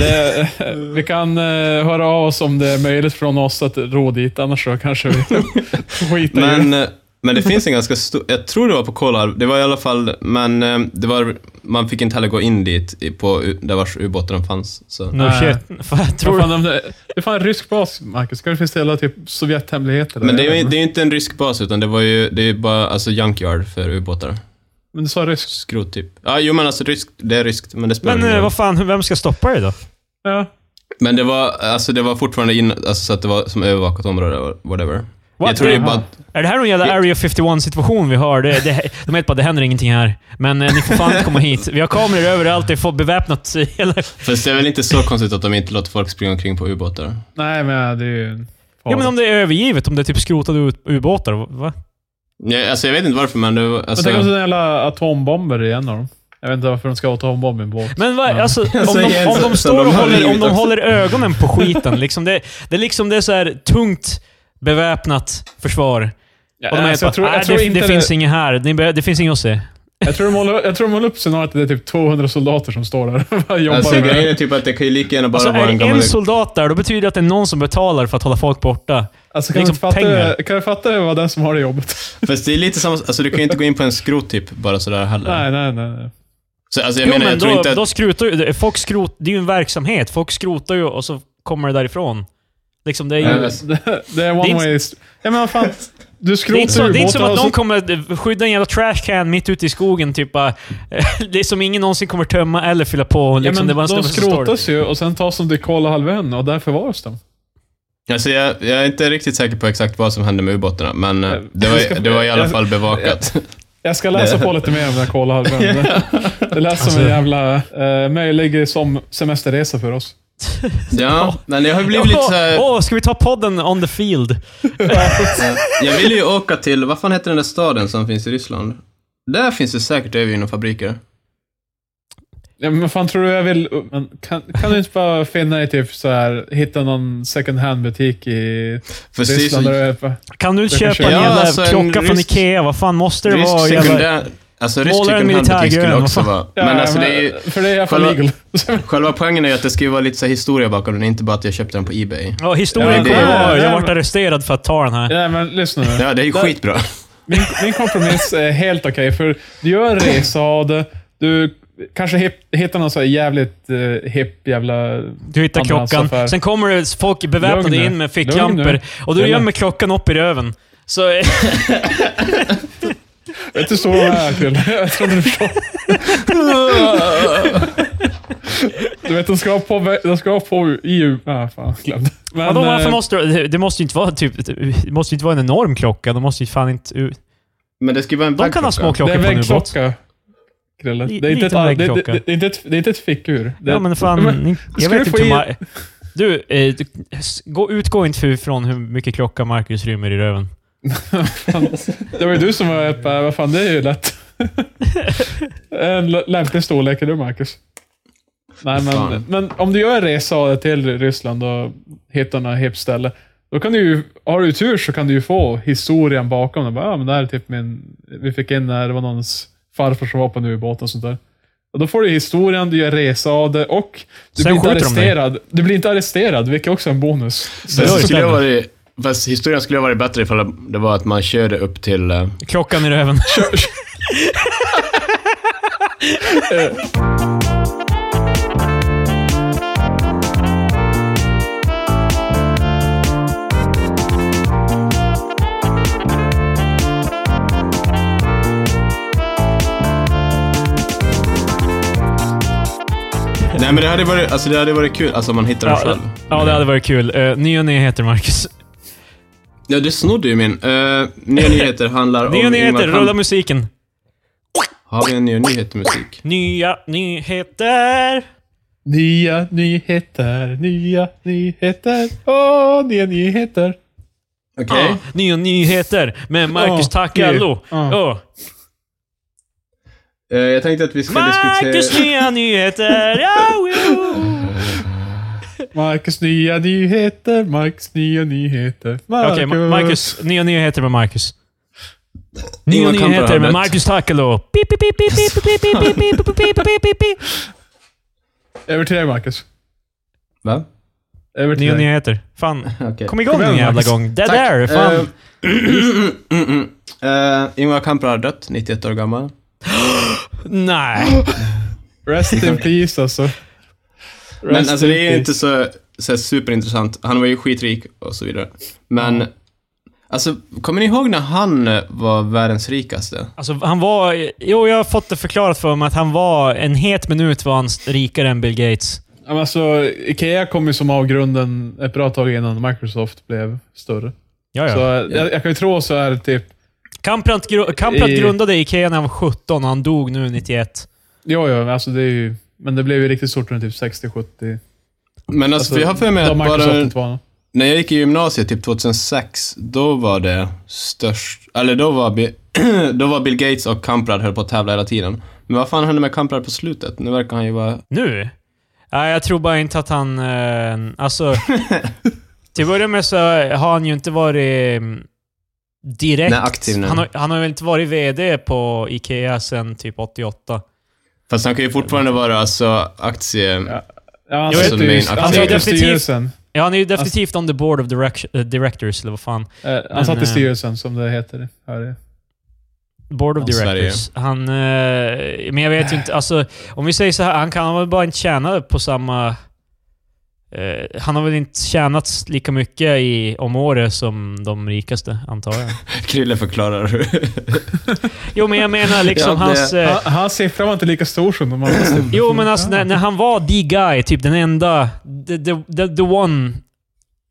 det, vi kan eh, höra av oss om det är möjligt från oss att ro dit, annars så kanske vi skiter i
Men, eh, men det finns en ganska stor, jag tror det var på Kolarv, det var i alla fall, men eh, det var, man fick inte heller gå in dit i- på, u- där vars ubåten fanns. Så.
No
Nej.
shit. Fan, jag
Vad
tror...
fan, de- det är fan en rysk bas, Marcus. Kanske finns det hela typ Sovjethemligheter där.
Men
Mm.
det är, ju, det är ju inte en rysk bas, utan det var ju, det är ju bara alltså junkyard för ubåtar.
Men du sa rysk.
Skrot typ. Ja, jo men alltså rysk, det är ryskt, men det spelar
Men
ingen
eh,
roll.
vad fan, vem ska stoppa dig då?
Ja.
Men det var, alltså det var fortfarande in, alltså så att det var som övervakat område, or whatever.
What
jag tror det är
the-
bara...
Är det här någon jävla
Vi-
Area 51-situation vi har? Det, det, de vet bara det händer ingenting här. Men eh, ni får fan inte komma hit. Vi har kameror överallt. Det får beväpnat eh, hela...
Fast det är väl inte så konstigt att de inte låter folk springa omkring på ubåtar?
Nej, men det är ju... en
Ja, men om det är övergivet. Om det är typ skrotade u- ubåtar. Va?
Ja, alltså jag vet inte varför, men det var,
Men
alltså,
tänk om det är jävla atombomber i en av dem. Jag vet inte varför de ska ha atombomber i en båt.
Men vad,
Ja.
alltså, om
Alltså,
de,
igen,
om
så-
de
så
står
de
och
har
håller, om
livet
de
också.
håller ögonen på skiten. Liksom det, det är liksom det är så här tungt beväpnat försvar.
Ja,
Och de är
alltså, jag, tror,
bara,
jag, tror
"Nej, det,
inte
det finns inget här. Ni, be- det finns inget att se.
jag tror de håller, jag tror de håller upp scenariot att det är typ 200 soldater som står där och bara jobbar.
alltså
med det.
grejen är typ att det kan ju lika gärna bara
Alltså,
vara
är
en
det
gammal...
en soldat där, då betyder det att det är någon som betalar för att hålla folk borta.
alltså, kan,
liksom
du fatta,
pengar.
kan du fatta vad den som har det jobbet?
Fast det är lite samma, alltså du kan ju inte gå in på en skrottipp bara sådär heller.
Nej, nej, nej. nej.
Så, alltså jag
Jo,
menar,
men
jag tror
då,
inte att...
då skrotar ju... det- Folk skrot, det är ju en verksamhet. Folk skrotar ju och så kommer det därifrån. Liksom, det är ju...
Ja,
det,
visst.
Det, det är one
Det är inte-
way... st- Ja, men vad fan.
är
Du
inte
skrotar
så,
ju
det är inte som
båten
att
och
någon
så...
kommer liksom, skydda en jävla trashcan mitt ute i skogen. Typ, bara, det är som ingen någonsin kommer tömma eller fylla på.
Ja,
Liksom,
men
det var en
de
snubbe som står där.
skrotas ju och sen tas de till Kolahalvön och där förvaras de.
Alltså jag, jag är inte riktigt säker på exakt vad som hände med ubåtarna, men eh, det var, det var i alla fall bevakat.
Jag ska läsa på lite mer om den här Kolahalvön. Det lät som
Alltså-
en jävla eh, möjlig som semesterresa för oss.
Ja, men jag har blivit lite så här,
Åh, åh, ska vi ta podden on the field?
Jag vill ju åka till, vad fan heter den där staden som finns i Ryssland? Där finns det säkert övergivna fabriker.
Ja, men fan tror du jag vill... Men kan, kan du inte bara finna dig typ så här, hitta någon second hand-butik i
För det är
Ryssland? Där du
så,
är på.
Kan du inte
Jag kan
köpa en
köpa-
jävla
Ja, alltså en
klocka från
rysk-
Ikea? Vad fan måste det vara?
rysk
Jävla...
sekundär... Alltså rysk
Målar en
sekundärbutik skulle
militärgrön,
också
vad
vara...
Ja,
Men alltså det är ju...
För det är jag för
Kolla-
legal.
Själva poängen är ju att det ska ju vara lite så här historia bakom den, inte bara att jag köpte den på Ebay.
Ja, historien
Ja, det-
kommer vara jag
Ja,
vart
men-
arresterad för att ta den här.
Nej, men lyssna nu.
Ja, det är ju
Där-
skitbra.
Min, min kompromiss är helt okej, för du gör en resa av det. Du kanske hip, hittar någon så här jävligt eh, hipp jävla...
Du hittar
Ambulans affär.
klockan. Sen kommer det folk
alltså Lugn
beväpnade
nu.
in med
Lugn nu.
ficklampor och du
Lugn.
gömmer klockan upp i röven. Så eh,
Vet du så de är till? Jag trodde du förstod. Du vet, de ska ha på... De ska ha på EU... Ah, fan, glömde. Men,
vadå, varför
eh,
måste du- det måste ju inte vara typ... Det måste ju inte vara en enorm klocka. De måste ju fan inte...
Men det ska ju vara en
De kan ha små
baggklocka.
det
klockor
är en
på en ubåt.
väggklocka. Krille.
Li-
Det är inte ett,
liten
det, det,
väggklocka.
det, det, är inte ett, det är inte ett fickur. Det,
Ja, men fan...
Men,
ni- jag
ska
vet
du få
inte hur...
i-
ma- Du, eh, du s- gå, utgå inte ifrån hur mycket klocka Marcus rymmer i röven.
det var ju du som var uppe. Vad fan, det är ju lätt. en l- lämplig storlek är du, Marcus. Nej, men,
Fan.
men om du gör en resa av det till Ryssland och hittar något hippt ställe, då kan du ju, har du tur så kan du ju få historien bakom. det. Bara, ja, men det här är typ min, vi fick in när det var någons farfar som var på en ubåt och sånt där. Och då får du historien, du gör en resa av det och du
Sen
blir
skjuter
inte
de dig.
arresterad. Du blir inte arresterad, vilket också är en bonus. Så,
Det
Fast,
gör
det
ju
skulle
det.
ha varit, fast historien skulle ha varit bättre ifall det var att man körde upp till... eh,
Klockan i röven.
Nej men det hade varit, alltså det hade varit kul, alltså om man hittar den
Ja,
själv.
ja, det hade varit kul. Eh, nya nyheter, Marcus.
Ja, du snodde ju min. Uh, nya nyheter handlar om
Nya nyheter,
Ingvar Kamp-
rulla musiken.
Har vi en ny nyhet i musik?
Nya nyheter.
Nya nyheter, nya nyheter, åh, nya nyheter.
Okej.
Ah, nya nyheter med Marcus
Ah,
Takallo.
det. Ah.
Oh.
Eh, jag tänkte att vi ska
Marcus
diskutera...
nya nyheter. Ja, jo.
Marcus nya nyheter, Marcus nya nyheter. Marcus.
Okej, Ma- Marcus. Nya nyheter med Marcus. Nya
Ingvar Kamprad
nyheter
hade
med
ett.
Marcus Takallo. Pip, pip, pip, pip, pip, pip, pip, pip, pip, pip, pip, pip, pip, pip.
Över till dig Marcus.
Va?
Över till
Nya
dig.
nyheter. Fan.
Okej.
Kom igång
Kom igen,
en jävla
Marcus.
gång. Det
Tack.
där. Fan.
Eh, mm, mm. Eh, Ingvar Kamprad har dött, 91 år gammal.
Nej.
Rest in peace alltså. Rest
Men alltså
in
det är ju
peace.
inte så, så här, superintressant. Han var ju skitrik och så vidare. Men, alltså kommer ni ihåg när han eh, var världens rikaste?
Alltså, han var... Jo, jag har fått det förklarat för mig att han var... En het minut var han rikare än Bill Gates.
Ja, men alltså, Ikea kom ju som avgrunden ett bra tag innan Microsoft blev större.
Ja, ja.
Så eh, jag, jag kan ju tro så här typ,
Kamprad, gru- Kamprad
I-
grundade Ikea när han var 17 och han dog nu 91.
jo, jo, alltså det är ju, men det blev ju riktigt stort runt typ 60-70.
Men alltså, vi har för mig
då
att
Microsoft
bara
inte var någon.
när jag gick i gymnasiet, typ 2006, då var det störst... Eller då var, Bi- då var Bill Gates och Kamprad höll på att tävla hela tiden. Men vad fan hände med Kamprad på slutet? Nu verkar han ju vara...
Nu? Nej, jag tror bara inte att han... Eh, alltså... till att börja med så har han ju inte varit mm, direkt...
Nej, aktiv nu.
Han har, han har väl inte varit VD på Ikea sedan typ 88.
Fast han kan ju fortfarande vara alltså aktie...
Ja. Ja, han
Jo,
sitter
main
ju
aktie.
han satt i
Definitivt.
styrelsen.
Ja, han är ju
Alltså-
definitivt on the board of direct, eh, directors, eller vad fan.
Eh,
Men,
Han satt
eh,
i styrelsen, som det heter. Här är.
Board of
Ja, Sverige.
Directors. Han... Eh, men jag vet ju inte. Alltså, om vi säger så här, han kan väl bara inte tjäna på samma... eh, han har väl inte tjänat lika mycket i, om året som de rikaste, antar jag.
Krille förklarar hur...
Jo, men jag menar liksom
Ja, det-
hans... Eh,
Han- Hans siffra var inte lika stor som de andra. siffrorna.
Jo, men alltså när, när han var the guy, typ den enda, the, the, the, the one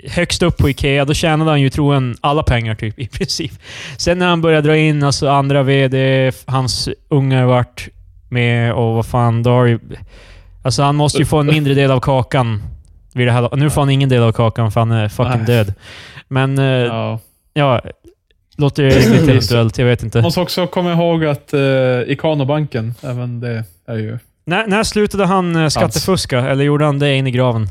högst upp på Ikea, då tjänade han ju troligen alla pengar typ, i princip. Sen när han började dra in alltså, andra VD, f- hans ungar vart med och vad fan, då har ju... Alltså han måste ju få en mindre del av kakan. Vid det här, nu får han ingen del av kakan för han är fucking
Nej.
död. Men eh, ja,
Ja.
låter ju lite intellektuellt, jag vet inte.
Man måste också komma ihåg att eh, Ikano-banken, även det är ju...
När, när slutade han eh, skattefuska? Eller gjorde han det in i graven?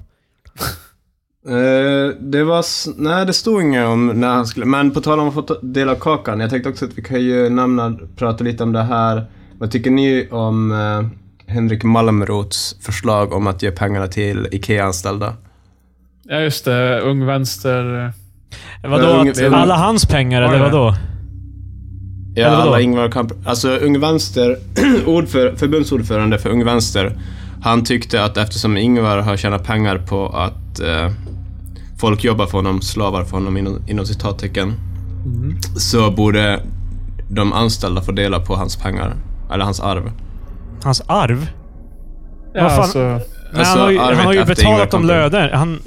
Eh, det var... s- Nej, det stod inget om när han skulle... Men på tal om att få ta- del av kakan. Jag tänkte också att vi kan ju nämna, prata lite om det här. Vad tycker ni om eh, Henrik Malmroths förslag om att ge pengarna till IKEA-anställda?
Ja, just det. Ung Vänster.
Vadå?
Ung-
Att alla hans pengar, eller
Ja, ja.
vadå?
Ja,
Eller vadå?
alla Ingvar Kamp... Alltså Ung Vänster, ordför, förbundsordförande för Ung Vänster, han tyckte att eftersom Ingvar har tjänat pengar på att eh, folk jobbar för honom, slavar för honom inom, inom citattecken,
Mm.
så borde de anställda få dela på hans pengar, eller hans arv.
Hans arv?
Ja,
Vad fan?
alltså,
Men han,
Alltså,
har ju, han
arvet
har ju
efter
betalat
Ingvar
dem
Kamprad.
löner. Han,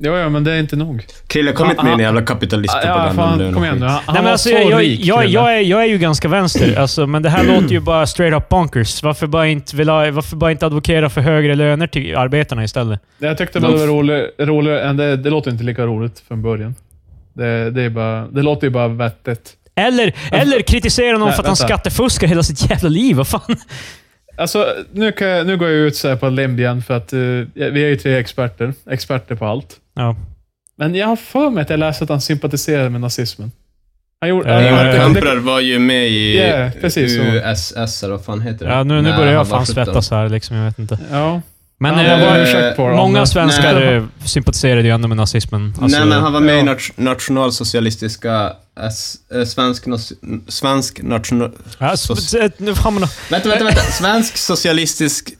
ja, ja, men det är inte nog.
Krille, kom inte med i en jävla
Ja,
kapitalistpropaganda om
fan,
det är
kom
något
igen nu.
skit.
Han,
nej,
han
men
var
alltså,
så
jag, jag,
rik.
jag,
Krille.
jag, är, jag är ju ganska vänster, alltså, men det här låter ju bara straight up bonkers. Varför bara, inte vill ha, varför bara inte advokera för högre löner till arbetarna istället?
jag tyckte bara det var rolig- roligare än det. Det låter inte lika roligt från början. Det, det, är bara, det låter ju bara vettigt.
Eller, eller kritisera någon
Nej,
för att han
vänta.
skattefuskar hela sitt jävla liv. Vad fan?
Alltså, nu, kan jag, nu går jag ut så här på limb igen för att eh, vi är ju tre experter. Experter på allt.
Ja.
Men jag har för mig att jag läste att han sympatiserade med nazismen. Han gjorde...
Ja,
han-
ja,
Ingvar
ja.
det-
Kamprad var ju med i
Ja, precis så.
USS, eller vad fan heter det?
Ja, nu, nu
Nej,
börjar
han
jag
var
fan
17.
svettas här. Liksom, jag vet inte.
ja.
Men
Han
eh,
var
eh,
ursäkt på det.
många
Anders.
svenskar
Nej.
eh, sympatiserade ju ändå med nazismen. Alltså,
Nej, men han var med
ja.
i nat- nationalsocialistiska... S- eh, svensk... nas- Svensk national...
Ja, sp- nu fan, man-
Vänta, vänta, vänta. Svensk socialistisk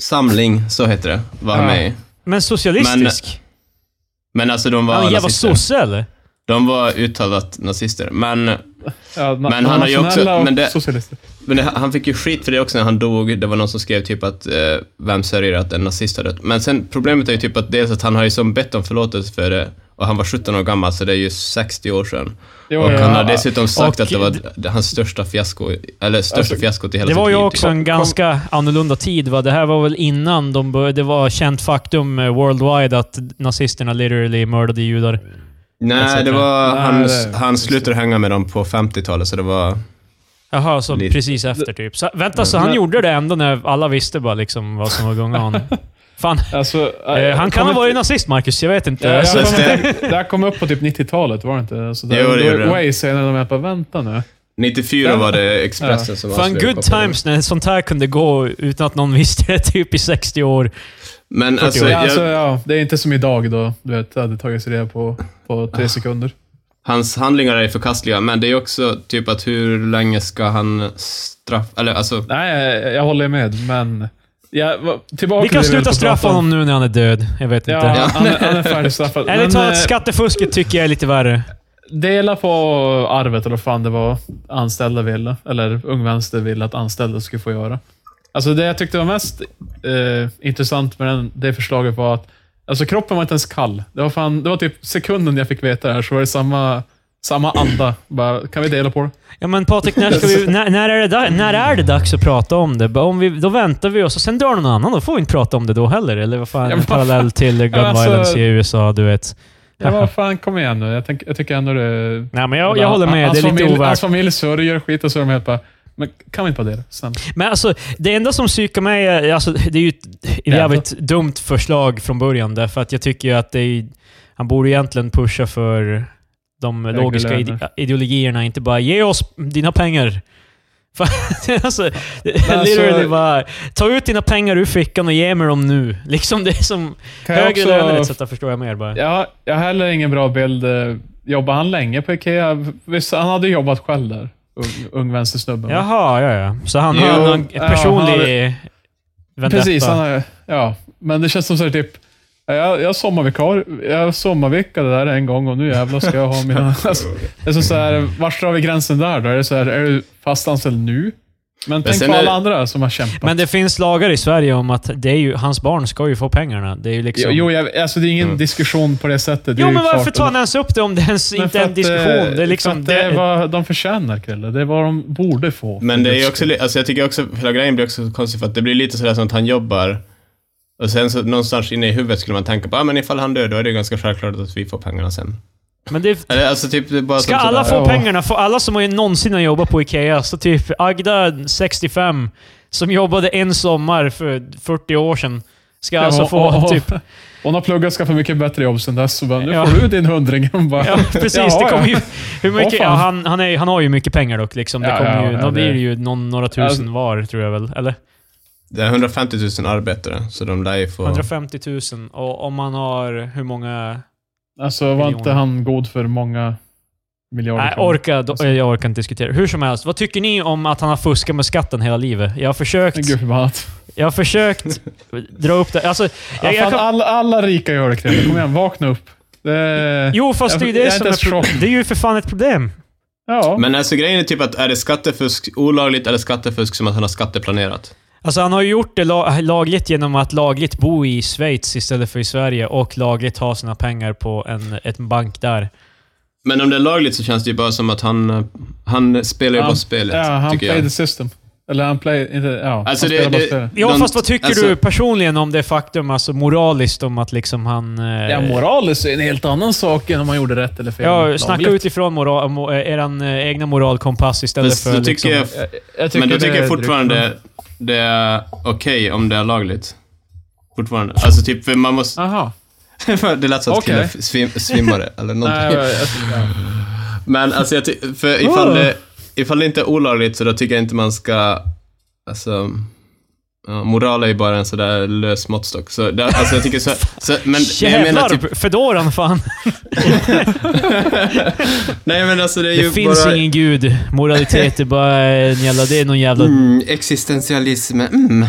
samling, så heter det, var han
Ja.
med i.
men socialistisk?
Men alltså de var
Han är en jävla
nazister.
sosse eller?
De var uttalat nazister. Men,
Ja, na-
Men han har ju också-
nationella och
men det-
Socialister.
men det, han fick ju skit för det också när han dog. Det var någon som skrev typ att eh, vem sörjer att en nazist har dött? Men sen problemet är ju typ att dels att han har ju som bett om förlåtelse för det och han var 17 år gammal, så det är ju 60 år sedan.
Jo,
Och
ja,
han har
ja.
dessutom sagt
Och
att det var d- hans största fiasko, eller största
Alltså,
fiaskot i hela
Det
sitt
var ju
liv,
också
typ.
en ganska annorlunda tid. Va? Det här var väl innan de började, det var känt faktum eh, worldwide att nazisterna literally mördade judar.
Nej, det
etcetera.
var...
Nej,
han,
det-
han slutade hänga med dem på 50-talet, så det var...
Jaha, så
Lite.
precis efter typ. Så, vänta, så han gjorde det ändå när alla visste bara liksom vad som var gången on. Fan.
Alltså,
Eh, han kan ha
kommer-
varit nazist, Marcus. Jag vet inte.
Ja, jag
Alltså,
har
Så
för mig att det- det här kom upp på typ 90-talet, var det inte? Alltså, det,
Jo, det gjorde det.
Way senare, de jag bara, vänta nu.
94 var det Expressen som
Fan,
avslöjade
good
kopplingen.
times när sånt här kunde gå utan att någon visste det typ i 60 år.
Men alltså,
ja, alltså,
jag,
ja, det är inte som idag då, du vet, det hade tagits reda på på tre sekunder.
hans handlingar är förkastliga, men det är också typ att hur länge ska han straff... Eller alltså...
Nej, jag, jag håller med, men... Ja, va- tillbaka
Vi kan
till det vi höll
sluta
på att
straffa
prata om.
honom nu när han är död. Jag vet
Ja,
inte.
Han, är- han är färdigstraffad.
Ärligt
Men, eh,
talat, skattefusket tycker jag är lite värre.
Dela på arvet, eller vad fan det var anställda ville, eller Ung Vänster ville att anställda skulle få göra. Alltså Det jag tyckte var mest eh, intressant med den, det förslaget var att alltså kroppen var inte ens kall. Det var, fan, det var typ sekunden jag fick veta det här, så var det samma, samma anda. Bara, kan vi dela på det?
Ja men Patrik, när, ska vi, när, när, är det, da- när är det dags att prata om det? Bara Om vi, då väntar vi oss och sen drar någon annan. Då får vi inte prata om det då heller. Eller vad fan,
Ja,
en
men-
parallell till eh, gun
Ja, men alltså-
violence i USA, du vet.
Ja, vad fan, kom igen nu. Jag, tänk, jag tycker ändå det...
Nej men jag, jag håller med, det
Hans
är lite
familj, Hans
ovärt.
familj sörjer skit och så är de helt bara, men kan vi inte bara dela? Sen.
Men alltså, det enda som psykar mig, är, alltså, det är ju ett jävligt dumt förslag från början. Därför att jag tycker ju att det är, han borde egentligen pusha för de
Högre
logiska ide
löner.
ideologierna, inte bara ge oss dina pengar. Fan, alltså,
alltså-
literally bara, ta ut dina pengar ur fickan och ge mig dem nu. Liksom det är som
Kan jag
högre
också-
löner etc. förstår jag mer bara.
Ja, jag har heller ingen bra bild. Eh, Jobbade han länge på Ikea? Visst, han hade jobbat själv där. Ung, ung vänstersnubben. va?
Jaha, ja, ja. Så han
Jo,
har en
ja,
personlig vendetta.
Precis, han har, ja. Men det känns som så här, typ, Ja, Jag, jag sommarvikar, jag sommarvickade där en gång och nu jävlar ska jag ha mina... Alltså, alltså så här, var drar vi gränsen där då? Är, det så här, är du fastanställd nu? Men tänk
sen
på
är
alla
det-
andra som har kämpat.
Men det finns lagar i Sverige om att det är ju, hans barn ska ju få pengarna. Det är ju liksom...
Jo, jag, alltså det är ingen
Mm.
diskussion på det sättet. Det
Jo,
är ju
men varför
klart.
tar han ens upp det om det ens
Men
inte
för
är en
att,
diskussion?
eh,
Det är
för
liksom...
att det är
Det,
vad de förtjänar, Krille. Det är vad de borde få.
Men det är ju också, li- alltså jag tycker också, hela grejen blir också konstig för att det blir lite sådär som att han jobbar och sen så någonstans inne i huvudet skulle man tänka på, ah, men ifall han dör då är det ju ganska självklart att vi får pengarna sen.
men det,
Eller alltså typ, det är bara
Ska
som
alla
sådär,
få
Ja.
pengarna? Får alla som har någonsin har jobbat på IKEA, så typ Agda, 65, som jobbade en sommar för 40 år sedan, ska alltså få
hon,
typ...
Hon har pluggat och skaffat mycket bättre jobb sen dess, så bara, nu
Ja.
får du din hundring. Hon bara,
Ja, precis.
"Jaha,
det kommer ju...
ja."
Hur mycket,
Åh,
ja,
fan.
han, han, är, han har ju mycket pengar dock. Liksom. Det
Ja,
kommer
ja,
ju,
ja,
då
det- Alltså-
blir det ju någon, några tusen var, tror jag väl. Eller?
Det är 150 000 arbetare, så de lär ju få...
150 000. Och om man har hur många...
Alltså, var inte
Miljoner.
han god för många miljarder
Nej,
kronor?
orka,
Alltså-
då- jag orkar inte diskutera. Hur som helst, vad tycker ni om att han har fuskat med skatten hela livet? Jag har försökt,
Men Gud förbannat.
jag har försökt dra upp det. Alltså, jag,
Ja,
jag
fan,
kan,
alla, alla rika gör det, Krille. Kom igen, vakna upp. Det,
Jo, fast
jag,
det är ju
jag
det
är
som
inte
är
ens
pro-
chockad.
Det är ju för fan ett problem.
Ja.
Men alltså grejen är typ att är det skattefusk olagligt eller skattefusk som att han har skatteplanerat?
Alltså han har ju gjort det la- lagligt genom att lagligt bo i Schweiz istället för i Sverige och lagligt ha sina pengar på en ett bank där.
Men om det är lagligt så känns det ju bara som att han, han spelar ju bara spelet,
Ja, han
tycker
play the
jag.
system. Eller han play... Inte, ja,
Alltså,
han
det-
spelar bara
det-
spelet.
Ja,
De-
fast vad tycker
alltså-
du personligen om det faktum, alltså moraliskt, om att liksom han... eh,
Ja, moraliskt är en helt annan sak än om man gjorde rätt eller fel.
ja,
Lagligt.
snacka utifrån moral, mo, eh, eran eh, egna moralkompass
Men,
istället
så
för...
tycker
liksom,
jag,
Jag- jag
men då
det
tycker jag
är
fortfarande det är okej om det är lagligt. Fortfarande. Alltså typ, för man måste...
drygt. Aha.
det lät som att
Okej.
killen svim, svimmade,
Nej,
eller någonting.
jag, jag,
Men alltså, jag ty- för
Ah.
ifall det, ifall det inte är olagligt så då tycker jag inte man ska... Alltså, ja, moral är ju bara en sådär lös måttstock. Så där, alltså, jag tycker så, så men jag menar
Jävlar!
typ,
Fedoran fan!
Nej men alltså det är
Det
ju
finns
bara...
ingen gud. Moralitet är bara en jävla... Det är någon jävla...
Mm, existentialism, mm.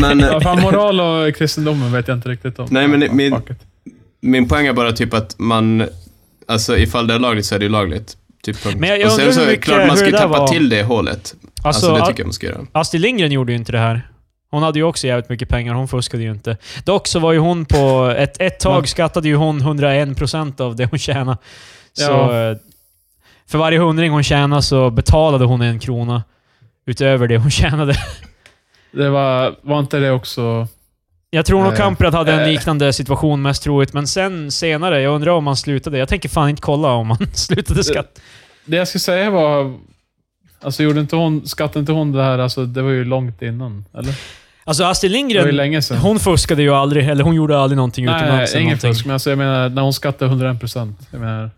men,
ja, fan, moral och kristendomen vet jag inte riktigt om.
Nej, men
Ja,
min-
fuck it.
min poäng är bara typ att man... Alltså ifall det är lagligt så är det ju lagligt. Typ punkt.
Men jag- jag
Och sen
undrar
så är
hur
det
mycket-
klart
hur
man ska ju
det där
tappa
var.
till det hålet. Alltså,
Alltså,
det
a-
tycker jag man ska göra.
Astrid Lindgren gjorde ju inte det här. Hon hade ju också jävligt mycket pengar, hon fuskade ju inte. Dock så var ju hon på... Ett, ett tag
Men-
skattade ju hon 101% av det hon tjänade. Så,
Ja.
eh, För varje hundring hon tjänade så betalade hon en krona utöver det hon tjänade.
Det var, var inte det också...
Jag tror nog
Eh,
Kamprad hade en
eh.
liknande situation mest troligt, men sen senare, jag undrar om han slutade. Jag tänker fan inte kolla om han slutade skatta.
Det jag skulle säga var... Alltså gjorde inte hon, skattade inte hon det här, alltså det var ju långt innan, eller?
Alltså Astrid
Det var ju
Lindgren,
länge sedan.
hon fuskade ju aldrig, eller hon gjorde aldrig någonting utomlands.
nej,
eller
ingen
någonting.
fusk, men alltså, jag menar när hon skattade 101%. Jag menar,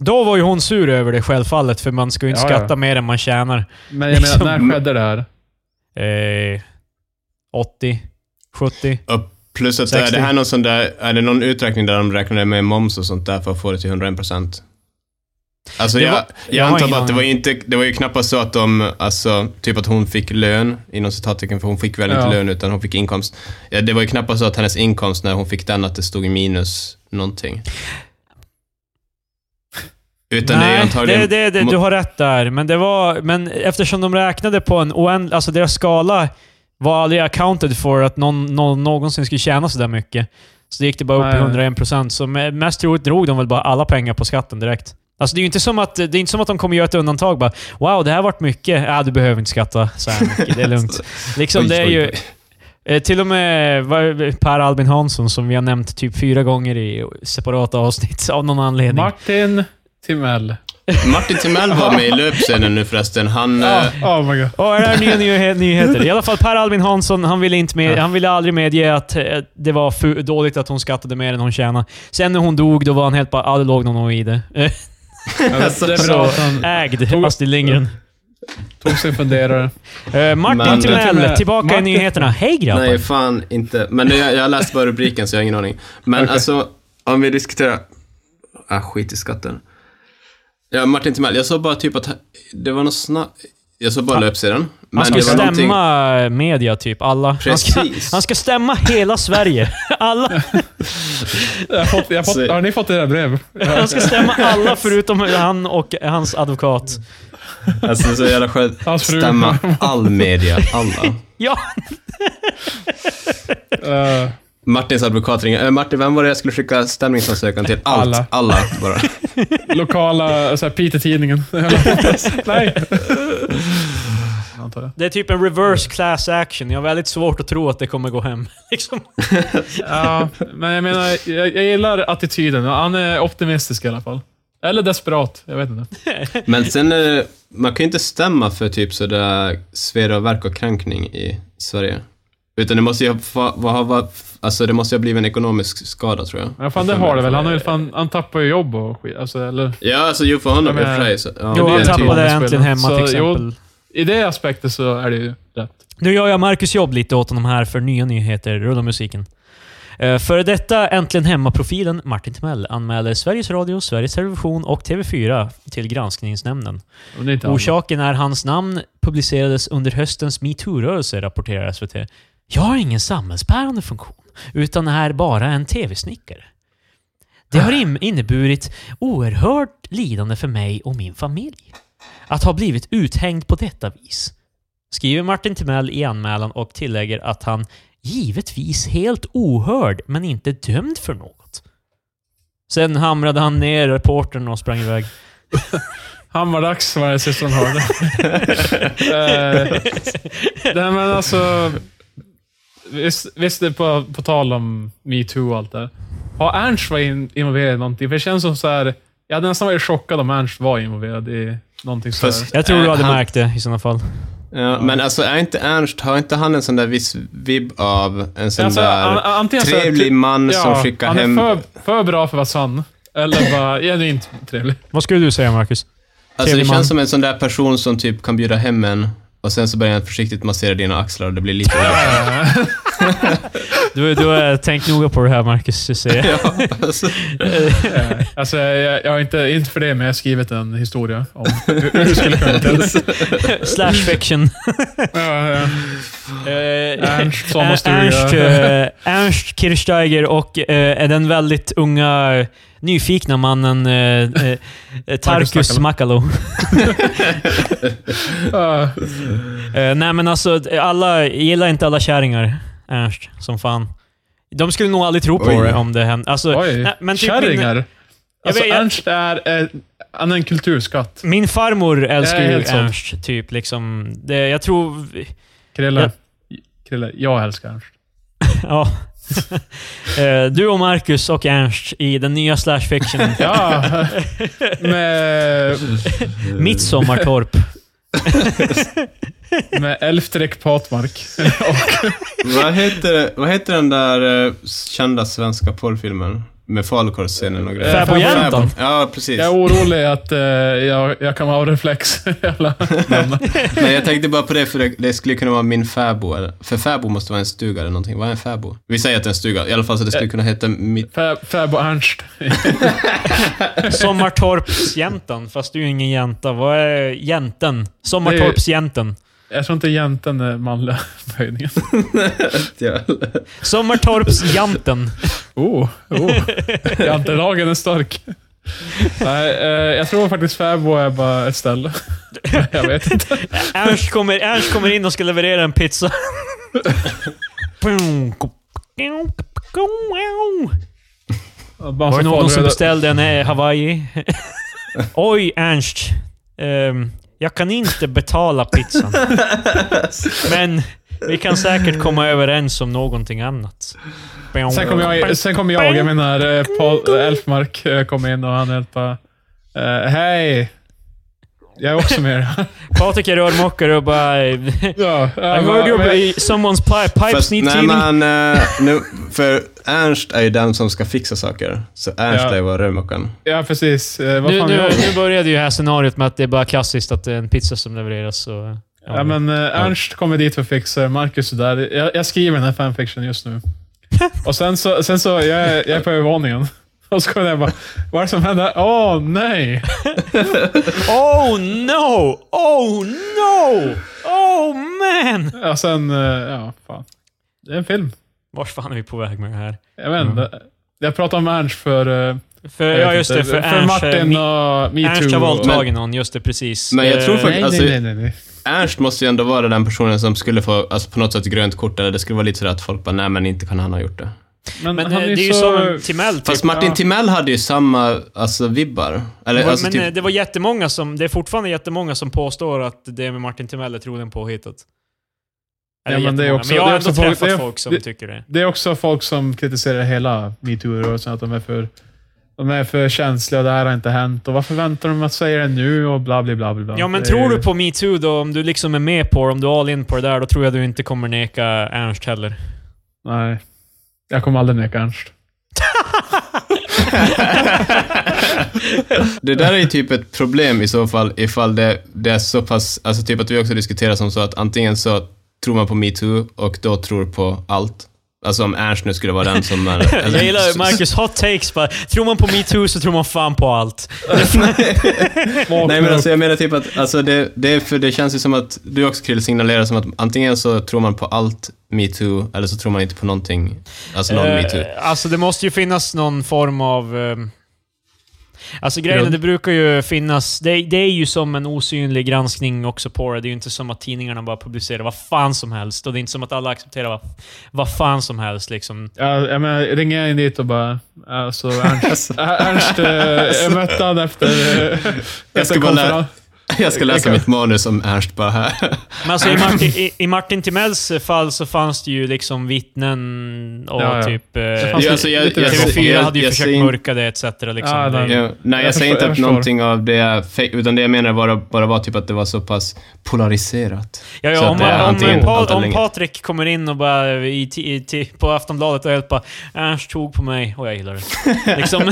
Då var ju hon sur över det självfallet, för man ska ju inte
Ja, ja.
skatta mer än man tjänar.
men jag menar,
Liksom-
när skedde det här?
Eh, 80, 70.
Plus att är det
60.
här någon sån där, är det någon uträkning där de räknade med moms och sånt där för att få det till 101%? Alltså
Det
jag,
var-
jag,
jag har
antar
ingen
bara att det var,
aning.
ju inte, det var ju knappast så att de, alltså typ att hon fick lön, inom citattecken, för hon fick väl
Ja.
inte lön utan hon fick inkomst. Ja, det var ju knappast så att hennes inkomst när hon fick den, att det stod i minus någonting. Utan det är ju
Nej,
antagligen...
det, det, det, du har rätt där. Men, det var, men eftersom de räknade på en oändlig... Alltså deras skala var aldrig accounted for att någon, någon någonsin skulle tjäna så där mycket. Så det gick det bara upp i
Nej.
101 procent. Så me- mest troligt drog de väl bara alla pengar på skatten direkt. Alltså det är ju inte som att, det är inte som att de kommer göra ett undantag bara “Wow, det här vart mycket. Äh, du behöver inte skatta så här mycket. Det är lugnt.” liksom, Det är
Oj, oj,
ju...
oj.
Eh, Till och med var- Per Albin Hansson, som vi har nämnt typ fyra gånger i separata avsnitt av någon anledning.
Martin Timell.
Martin Timell var med i löpscenen nu förresten. Han... eh,
Ah, oh my god.
Ja, det här är nya nyhe- nyheter. I alla fall Per Albin Hansson, han ville, inte med, han ville aldrig medge att eh, det var fu- dåligt att hon skattade mer än hon tjänade. Sen när hon dog, då var han helt bara ah, det låg någon i det. Eh,
Alltså, det är bra att han
Ägd,
Tog-
Astrid Lindgren.
tog sig en funderare.
Eh, Martin
Men-
Timell, tillbaka
Martin-
i nyheterna. Hej grabbar!
Nej, fan inte. Men det, jag, jag läste bara rubriken så jag har ingen aning. Men
Okej.
alltså, om vi diskuterar... Ah, skit i skatten. Ja, Martin Timell, jag såg bara typ att det var något snack... Jag såg bara
Han-
löpsedeln. Men
Han ska
det var
stämma
någonting...
media, typ. Alla. Han ska,
Precis.
han ska stämma hela Sverige. Alla.
Jag har, fått, jag har, fått,
Så-
har ni fått era brev?
Han ska stämma alla förutom han och hans advokat.
Alltså det är så jävla skönt.
Hans fru.
Stämma all media. Alla.
Ja,
Eh,
Martins advokat ringer. Eh, Martin, vem var det jag skulle skicka stämningsansökan till? Allt.
Alla.
Alla. bara.
lokala så här, Piteå-tidningen. Nej. Antar jag.
det är typ en reverse class action. Jag har väldigt svårt att tro att det kommer gå hem. Liksom.
Ja, men jag menar, jag, jag gillar attityden. Han är optimistisk i alla fall. Eller desperat, jag vet inte.
Men sen, eh, man kan ju inte stämma för typ sådär sveda och verkokränkning i Sverige. Utan det måste ju ha, fa- vad har- vad- alltså det måste ju ha blivit en ekonomisk skada tror jag.
Men fan, det har det väl. Han, har ju fan, han tappar ju jobb och skit. Alltså, eller,
Ja, alltså jo för honom i
Jag
och för
menar-
sig. så- Ja,
Jo,
det är
han
en
typ-
tappade
typ-
äntligen hemma till
Så, jo.
exempel.
I det aspektet så är det ju rätt.
Nu gör jag Marcus jobb lite åt honom här för nya nyheter. Rulla musiken. Eh, Före detta Äntligen Hemma-profilen Martin Timell anmäler Sveriges Radio, Sveriges Television och TV4 till Granskningsnämnden.
Om det inte är
Orsaken är hans namn publicerades under höstens metoo-rörelse, rapporterar SVT. Jag har ingen samhällsbärande funktion, utan är bara en tv-snickare. Det har im- inneburit oerhört lidande för mig och min familj. Att ha blivit uthängd på detta vis. Skriver Martin Timell i anmälan och tillägger att han givetvis helt ohörd, men inte dömd för något. Sen hamrade han ner reportern och sprang iväg.
Han var dags var det sista de hörde. Eh, Nej, men alltså... Visst, visst det är på, på tal om metoo och allt det här. Har Ernst varit in, involverad i någonting? För det känns som så här... Jag hade nästan varit chockad om Ernst var involverad i någonting så här.
Fast-
Jag tror du
Eh,
hade
han-
märkt det i sådana fall.
Ja, men alltså är inte Ernst, har inte han en sån där viss vibb av en sån
Alltså, an-
där
antingen så här- typ-
typ-
trevlig man
ja,
som skickar
han
hem... Alltså,
är för, för bra för att vara sann. Eller bara genuint trevlig.
Vad skulle du säga, Marcus?
Alltså det
Trevlig man.
känns som en sån där person som typ kan bjuda hem en och sen så börjar han försiktigt massera dina axlar och det blir lite olika.
Du, du har tänkt noga på det här, Marcus. jag ser.
ja, alltså.
Eh, alltså, jag, jag har inte, inte för det, men jag har skrivit en historia om hur hur det skulle kunna Eh, gå till.
Slash fiction.
Ja, ja. Ernst
Ernst,
sommarstuga.
eh, Ernst Kirchsteiger och eh, den väldigt unga, eh, nyfikna mannen eh, eh, Tarkus Makalo.
Ja.
Eh, nej, men alltså, alla gillar inte alla kärringar, Ernst, som fan. De skulle nog aldrig tro på
Oj.
det om det hände. Alltså,
Oj,
nej, men typ min-
kärringar. alltså,
vet, jag-
Ernst är eh, han är en kulturskatt.
Min farmor älskar
Jag är
ju
helt såld.
Ernst, typ. Liksom. Det, jag tror...
Krille,
Ja.
Krille, jag älskar Ernst.
Ja. Eh, du och Marcus och Ernst i den nya Slash Fiction.
Ja, med,
Mitt sommartorp.
med Elfträck Patmark.
vad, heter, vad heter den där eh, kända svenska porrfilmen? Med falukorvsscenen och grejer.
Fäbodjäntan.
Fäbod- Ja, precis.
Jag är orolig att eh, jag, jag kan ha reflex. i alla namn.
Men jag tänkte bara på det, för det, det skulle kunna vara min fäbo. eller- För fäbo måste vara en stuga eller någonting. Vad är en fäbo? Vi säger att det är en stuga. I alla fall så det skulle kunna heta mitt...
Fä- Fäbo Ernst.
Sommartorpsjäntan. Fast du är ju ingen jänta. Vad är jänten? Sommartorpsjänten.
Jag tror inte jäntan är manliga böjningen.
Sommartorpsjanten.
Oh, oh. Jantelagen är stark. Nej, eh, jag tror faktiskt Fäbo är bara ett ställe. Jag vet inte.
Ernst kommer, Ernst kommer in och ska leverera en pizza.
Bara
Var det
så
någon som
falröda-
beställde en eh, Hawaii? Oj, Ernst. Ehm, jag kan inte betala pizzan. Men vi kan säkert komma överens om någonting annat.
Sen kommer jag, sen kommer jag, jag menar eh, Paul Elfmark eh, kom in och han helt bara eh, Hej! Jag är också med i det här."
Patrik är rörmokare och bara... I
ja, eh,
heard
men-
you're i someone's pipe. Pipes
Fast,
need
nej,
cleaning.
men, eh, nu, för Ernst är ju den som ska fixa saker. Så Ernst
Ja.
är ju bara rörmokaren.
Ja, precis. Eh, Vad
Nu,
fan
nu,
gör jag?
nu började ju det här scenariot med att det är bara klassiskt att det är en pizza som levereras. Så,
Ja, men eh, Ernst kommer dit för att fixa det, Marcus är där. Jag, jag skriver den här fanfiction just nu. Och sen så, sen så jag, är- jag är på övervåningen. Och så kommer jag bara, vad är det som händer? Åh, nej!
Oh no! Oh no! Oh! Oh man!
Ja, sen, eh, ja, fan. Det är en film.
Vars fan är vi på väg med det här?
Jag vet inte. Jag pratade om Ernst för... eh,
För,
jag
ja,
vet
just
inte,
det. För, eh,
för Martin och
Ernst har
metoo. och-
våldtagit någon, just det. Precis.
Men jag
Eh,
tror faktiskt-
Nej,
Alltså,
nej, nej, nej, nej.
Ernst måste ju ändå vara den personen som skulle få alltså, på något sätt grönt kort, eller det skulle vara lite sådär att folk bara, nej men inte kan han ha gjort det.
Men eh, det är ju som en Timell typ.
Fast Martin
ja.
Timell hade ju samma alltså, vibbar. Eller,
Men,
alltså,
men
typ,
eh, det var jättemånga som, det är fortfarande jättemånga som påstår att det med Martin Timell är troligen påhittat. Eller
Ja, men det är
jättemånga.
också-
men jag har
det är
ändå
också folk-
träffat
det är-
folk som
det-
tycker det.
Det är också folk som kritiserar hela metoo-rörelsen, att de är för de är för känsliga och det här har inte hänt och varför väntar de att säga det nu och bla bla bla. bla, bla.
Ja, men
det
tror
är-
du på metoo då, om du liksom är med på det, om du är all in på det där, då tror jag du inte kommer neka Ernst heller.
Nej. Jag kommer aldrig neka Ernst.
det där är ju typ ett problem i så fall, ifall det, det är så pass, alltså typ att vi också diskuterar som så att antingen så tror man på metoo och då tror på allt. Alltså om Ernst nu skulle vara den som... Är, alltså, eller-
Jag gillar Marcus hot takes bara. Tror man på metoo så tror man fan på allt.
Nej men alltså jag menar typ att, alltså det, det, är för det känns ju som att du också Krill signalerar som att antingen så tror man på allt metoo, eller så tror man inte på någonting, alltså någon
Eh,
metoo.
Alltså det måste ju finnas någon form av... eh, Alltså grejen är,
Grund.
det brukar ju finnas... Det, det är ju som en osynlig granskning också på det. Det är ju inte som att tidningarna bara publicerar vad fan som helst. Och det är inte som att alla accepterar vad, vad fan som helst liksom.
Ja, jag menar, ringer jag in dit och bara, alltså Ernst, Ernst eh, jag mötte han efter, eh, efter
ska bara lära-
konferens.
Jag ska läsa mitt manus om Ernst bara här.
Men alltså i Martin, i, i Martin Timells fall så fanns det ju liksom vittnen och
Ja, ja.
typ... eh,
fanns
Ja, alltså, jag-
lite
jag-
TV4
jag-
hade ju
jag
försökt
ser in-
mörka det etc. Liksom.
Ja,
Det-
nej.
Ja, nej, jag,
Jag förstår-
säger inte
jag
att
förstår.
någonting av det är fake, utan det jag menar bara, bara var typ att det var så pass polariserat.
Ja,
Så
ja,
att
om,
det är
om,
antingen
om,
allt
pa,
eller
om
inget.
Patrik kommer in och bara i, ti- i, ti- på Aftonbladet och helt bara Ernst tog på mig och jag gillar det. liksom.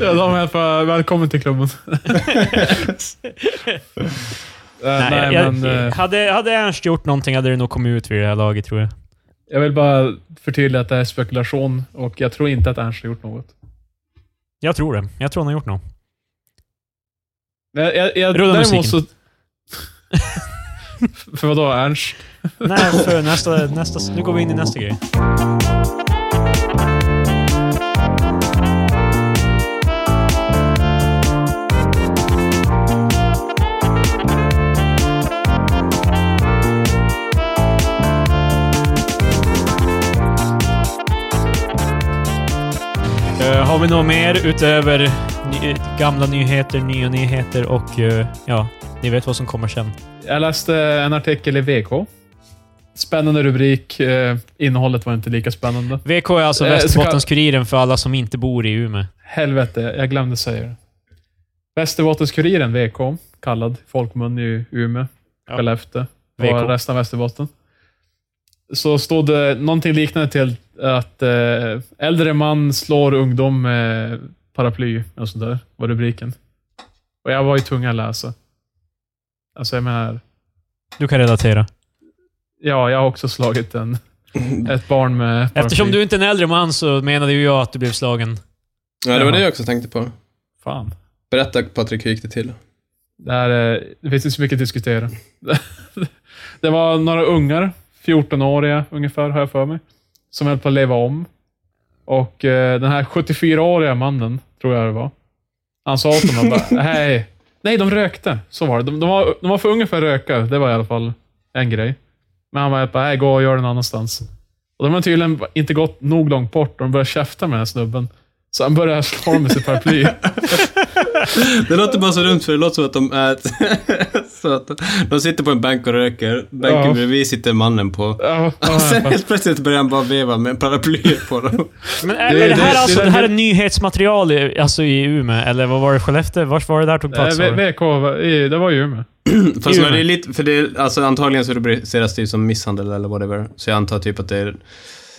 Ja, de är för, välkommen till klubben. Eh, nej,
Nej, jag,
men, eh,
hade, hade Ernst gjort någonting hade det nog kommit ut vid det här laget tror jag.
jag vill bara förtydliga att det är spekulation och jag tror inte att Ernst har gjort något.
Jag tror det. Jag tror han har gjort något.
Men jag, jag, jag,
Rulla
däremot
musiken.
så... för vadå, Ernst?
Nej, för nästa, nästa, nu går vi in i nästa grej. Eh, har vi något mer utöver ny, gamla nyheter, nya nyheter och eh, ja, ni vet vad som kommer sen.
Jag läste en artikel i VK. Spännande rubrik. Eh, innehållet var inte lika spännande.
VK är alltså
Eh,
Västerbottens-Kuriren för alla som inte bor i Umeå.
Helvete, jag glömde säga det. Västerbottens-Kuriren, VK, kallad i folkmun i Umeå,
Ja.
Skellefteå och
VK.
resten av Västerbotten. Så stod det någonting liknande till att eh, äldre man slår ungdom med paraply, och sånt där, var rubriken. Och jag var ju tvungen att läsa. Alltså jag menar,
Du kan relatera.
ja, jag har också slagit en, ett barn med paraply.
Eftersom du inte är en äldre man så menade ju jag att du blev slagen.
Ja,
det var det
jag också tänkte på.
Fan.
Berätta Patrik, hur gick det till?
Det, här, eh, det finns inte så mycket att diskutera. det var några ungar, 14-åriga ungefär, har jag för mig, som höll på att leva om. Och eh, den här 74-åriga mannen, tror jag det var, han sa åt dem att bara, hej. Nej, de rökte. Så var det. De, de, var, de var för unga för att röka. Det var i alla fall en grej. Men han var bara, hej, gå och gör det någon annanstans. Och de har tydligen inte gått nog långt bort och de började käfta med den här snubben. Så han började slå dem med sitt paraply.
Det låter bara så dumt, för det låter som att de är... så att de sitter på en bänk och röker. Bänken
Ja.
bredvid sitter mannen på.
Ja, ja,
Och sen helt plötsligt börjar han bara veva med paraplyer på dem.
Men är,
Det-
är det, här
det-
alltså,
det-
det här är nyhetsmaterial i, alltså i Umeå? Eller vad var det? Skellefteå? Vart var det där tog plats?
Nej,
sa du?
Eh, V- VK, var- i- det var ju Umeå.
Fast
Umeå.
men det är lite, för det är, alltså antagligen så rubriceras det ju som misshandel eller whatever. Så jag antar typ att det är...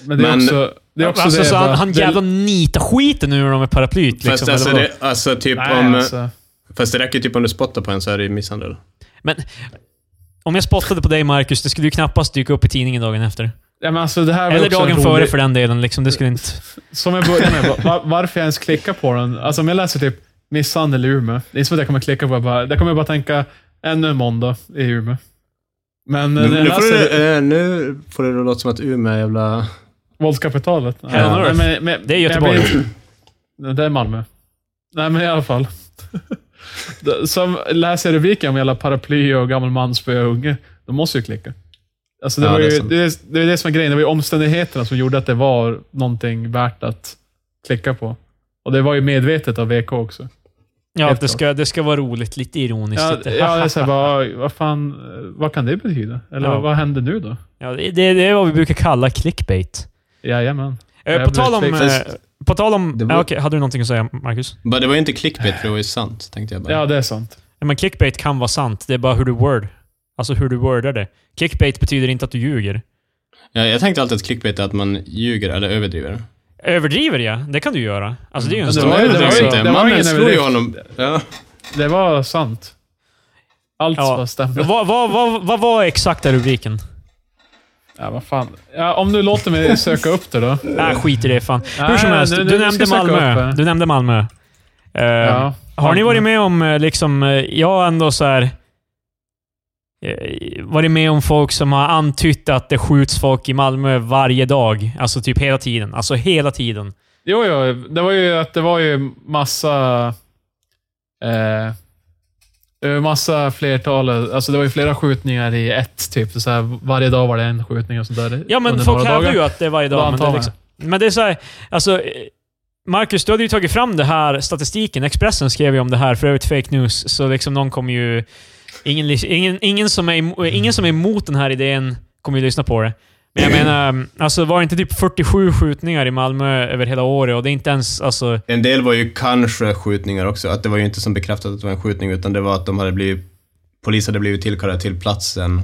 Men det är
Men-
också... Det är också
Alltså,
det,
så han,
bara-
han
det-
jävla nitar skiten nu med dem med paraplyt.
Fast
Liksom,
alltså,
eller vadå?
det, alltså typ
Nej,
om...
alltså.
Fast det räcker ju typ om du spottar på en så är det ju misshandel.
Men om jag spottade på dig Marcus, det skulle ju knappast dyka upp i tidningen dagen efter.
Ja, men alltså det här var
Eller
också en
dagen
rolig-
före för den delen. Liksom, det skulle inte...
Som jag började med, va- va- varför jag ens klickar på den. Alltså om jag läser typ misshandel i Umeå, det är som att jag kommer klicka på det bara. Jag kommer bara tänka, Ännu en måndag i Umeå. Men
Nu,
eh, när
nu,
jag
får du,
läser det...
eh, nu får det låta som att Umeå är jävla...
våldskapitalet.
Hell on earth.
men- men-
Det är
jag
Göteborg.
blir- Nej, det är Malmö. Nej, men i alla fall. Som läser rubriken om jävla paraply och gammal man spöar unge. De måste ju klicka. Alltså det,
Ja,
var
det
ju,
är
det,
sant.
är- det är det som är grejen. Det var ju omständigheterna som gjorde att det var någonting värt att klicka på. Och det var ju medvetet av VK också.
Ja,
Helt
det ska, det ska vara roligt. Lite ironiskt.
Ja,
lite.
ja, det är såhär, vad, vad fan, vad kan det betyda? Eller
Ja.
vad händer nu då?
Ja, det, det det är vad vi brukar kalla clickbait.
Jajamän.
Eh,
Jag
på,
blir
tal om,
tvek-
eh, på tal om...
Det
Ja,
var-
Okej, hade du någonting att säga, Marcus?
Bara, det var ju inte clickbait, för det var ju sant, tänkte jag bara.
Ja, det är sant.
Ja, men clickbait kan vara sant. Det är bara hur du word. Alltså hur du wordar det. Clickbait betyder inte att du ljuger.
Ja, jag tänkte alltid att clickbait är att man ljuger eller överdriver.
Överdriver jag? Det kan du göra. Alltså det är ju en
Men
Så
Alltså, Mm. det
stor
var ju- det
överdrivs
var ju-
inte.
det var ingen
Mannen slog ju
överdrift.
honom. Ja.
Det var sant. Allt
Ja.
var stämde.
Vad vad- vad- vad var exakta rubriken?
Ja, vad fan. Ja, om du låter mig söka upp det då.
Nej, Äh, skit i det fan. Hur
Nej,
som helst,
nu- nu
du,
ska
nämnde
jag söka upp
Malmö.
det.
du nämnde Malmö. Eh,
Ja.
Har ni varit med om, eh, liksom, eh, jag har ändå så här, eh, varit med om folk som har antytt att det skjuts folk i Malmö varje dag. Alltså typ hela tiden. Alltså hela tiden.
Jo, jo. Det var ju att det var ju massa... Eh, det var ju massa flertal, alltså det var ju flera skjutningar i ett, typ. Så här, varje dag var det en skjutning och sånt där.
Ja, men
typ, under
folk
några
hävdar
dagar.
ju att det är varje
Då
dag. Men det,
antar
är
jag.
liksom, men det är så här, alltså, eh, Marcus, du hade ju tagit fram det här statistiken. Expressen skrev ju om det här, för övrigt fake news. Så liksom någon kommer ju... Ingen, lis- ingen, ingen, som är, emo- ingen som är emot den här idén kommer ju lyssna på det. Men jag menar, alltså var det inte typ 47 skjutningar i Malmö över hela året och det är inte ens... Alltså,
En del var ju kanske skjutningar också. Att det var ju inte som bekräftat att det var en skjutning, utan det var att de hade blivit... Polis hade blivit tillkallade till platsen.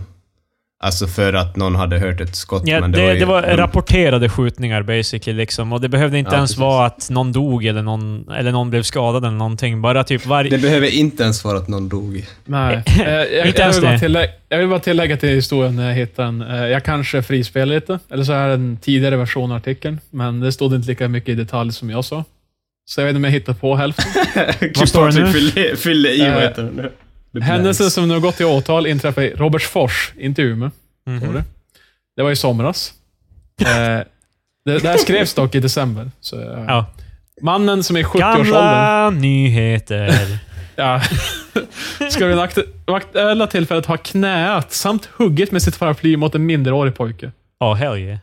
Alltså för att någon hade hört ett skott.
ja,
men
det,
det, var ju,
rapporterade skjutningar basically. Liksom, och det behövde inte
Ja,
ens
precis.
vara att någon dog eller någon, eller någon blev skadad eller någonting. Bara typ varje...
det behöver inte ens vara att någon dog.
Nej. Eh, jag, jag,
Inte ens
vill bara
det.
tillägga, jag vill bara tillägga till historien när jag hittade den. Eh, jag kanske frispelar lite, eller så är det en tidigare version av artikeln, men det stod inte lika mycket i detalj som jag sa. Så jag vet inte om jag hittar på hälften.
Vad står det
Typ
nu?
Fyll, fyll i,
Eh,
vad heter det nu? The
Händelsen
blanks.
som nu har gått i åtal inträffade i Robertsfors, inte Umeå.
Mhm.
Var det. det var i somras. Eh, det, det här skrevs dock i december. Så, ja.
Ja.
Mannen som är i 70-årsåldern...
Gamla nyheter.
Ja, ska vid det aktu- aktuella tillfället ha knäat samt huggit med sitt paraply mot en minderårig pojke.
Ja, hell yeah.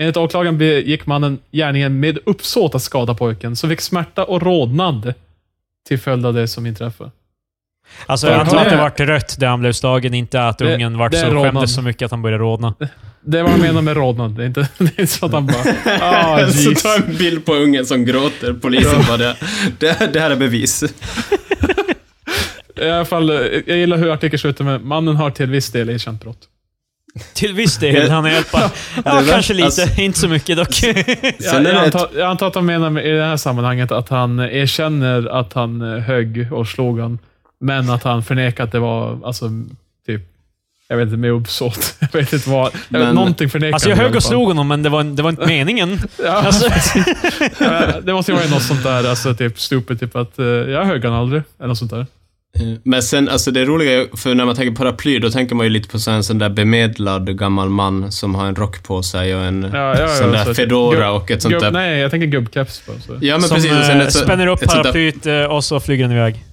Enligt åklagaren begick mannen gärningen med uppsåt att skada pojken, som fick smärta och rodnad till följd av det som inträffade.
Alltså, jag
Ja,
antar
det-
att det vart rött där han blev slagen, inte att
Det-
ungen vart
det är
så
rodnad.
skämdes så mycket att han började rodna.
Det var vad de menar med rodnad. Det är inte, det är inte så att han bara... Ah,
så
jeez.
ta en bild på ungen som gråter. Polisen bara, det, det, det här är bevis.
I alla fall, eh, jag gillar hur artikeln slutar med mannen har till viss del erkänt brott.
Till viss del. Han hjälpa.
är
Ja,
väl-
kanske lite.
alltså-
inte så mycket dock.
Jag,
Sen är
jag,
det ett-
antar, jag antar att han menar med, i det här sammanhanget att han erkänner att han eh, högg och slog han, men att han förnekar att det var, alltså, typ, jag vet inte, med uppsåt. Jag vet inte vad. jag vet-
Men-
någonting förnekar
Alltså, jag
han i
högg
alla
och
fall.
slog honom, men det var, det var inte meningen.
Ja,
Alltså,
eh, det måste ju vara något sånt där, alltså, typ stupid, typ att eh, jag högg han aldrig, eller något sånt där. Eh,
Men sen, alltså det roliga, är- för när man tänker paraply, då tänker man ju lite på så här en sån där bemedlad gammal man som har en rock på sig och en
Ja, ja, ja,
sån där
så- typ
fedora
gubb-
och ett sånt
Gubb-
där...
Nej, jag tänker gubbkeps. bara, så.
Ja, men
som
precis. Och sen
eh,
ett så-
spänner upp
ett sånt där-
paraplyet eh, och så flyger den iväg.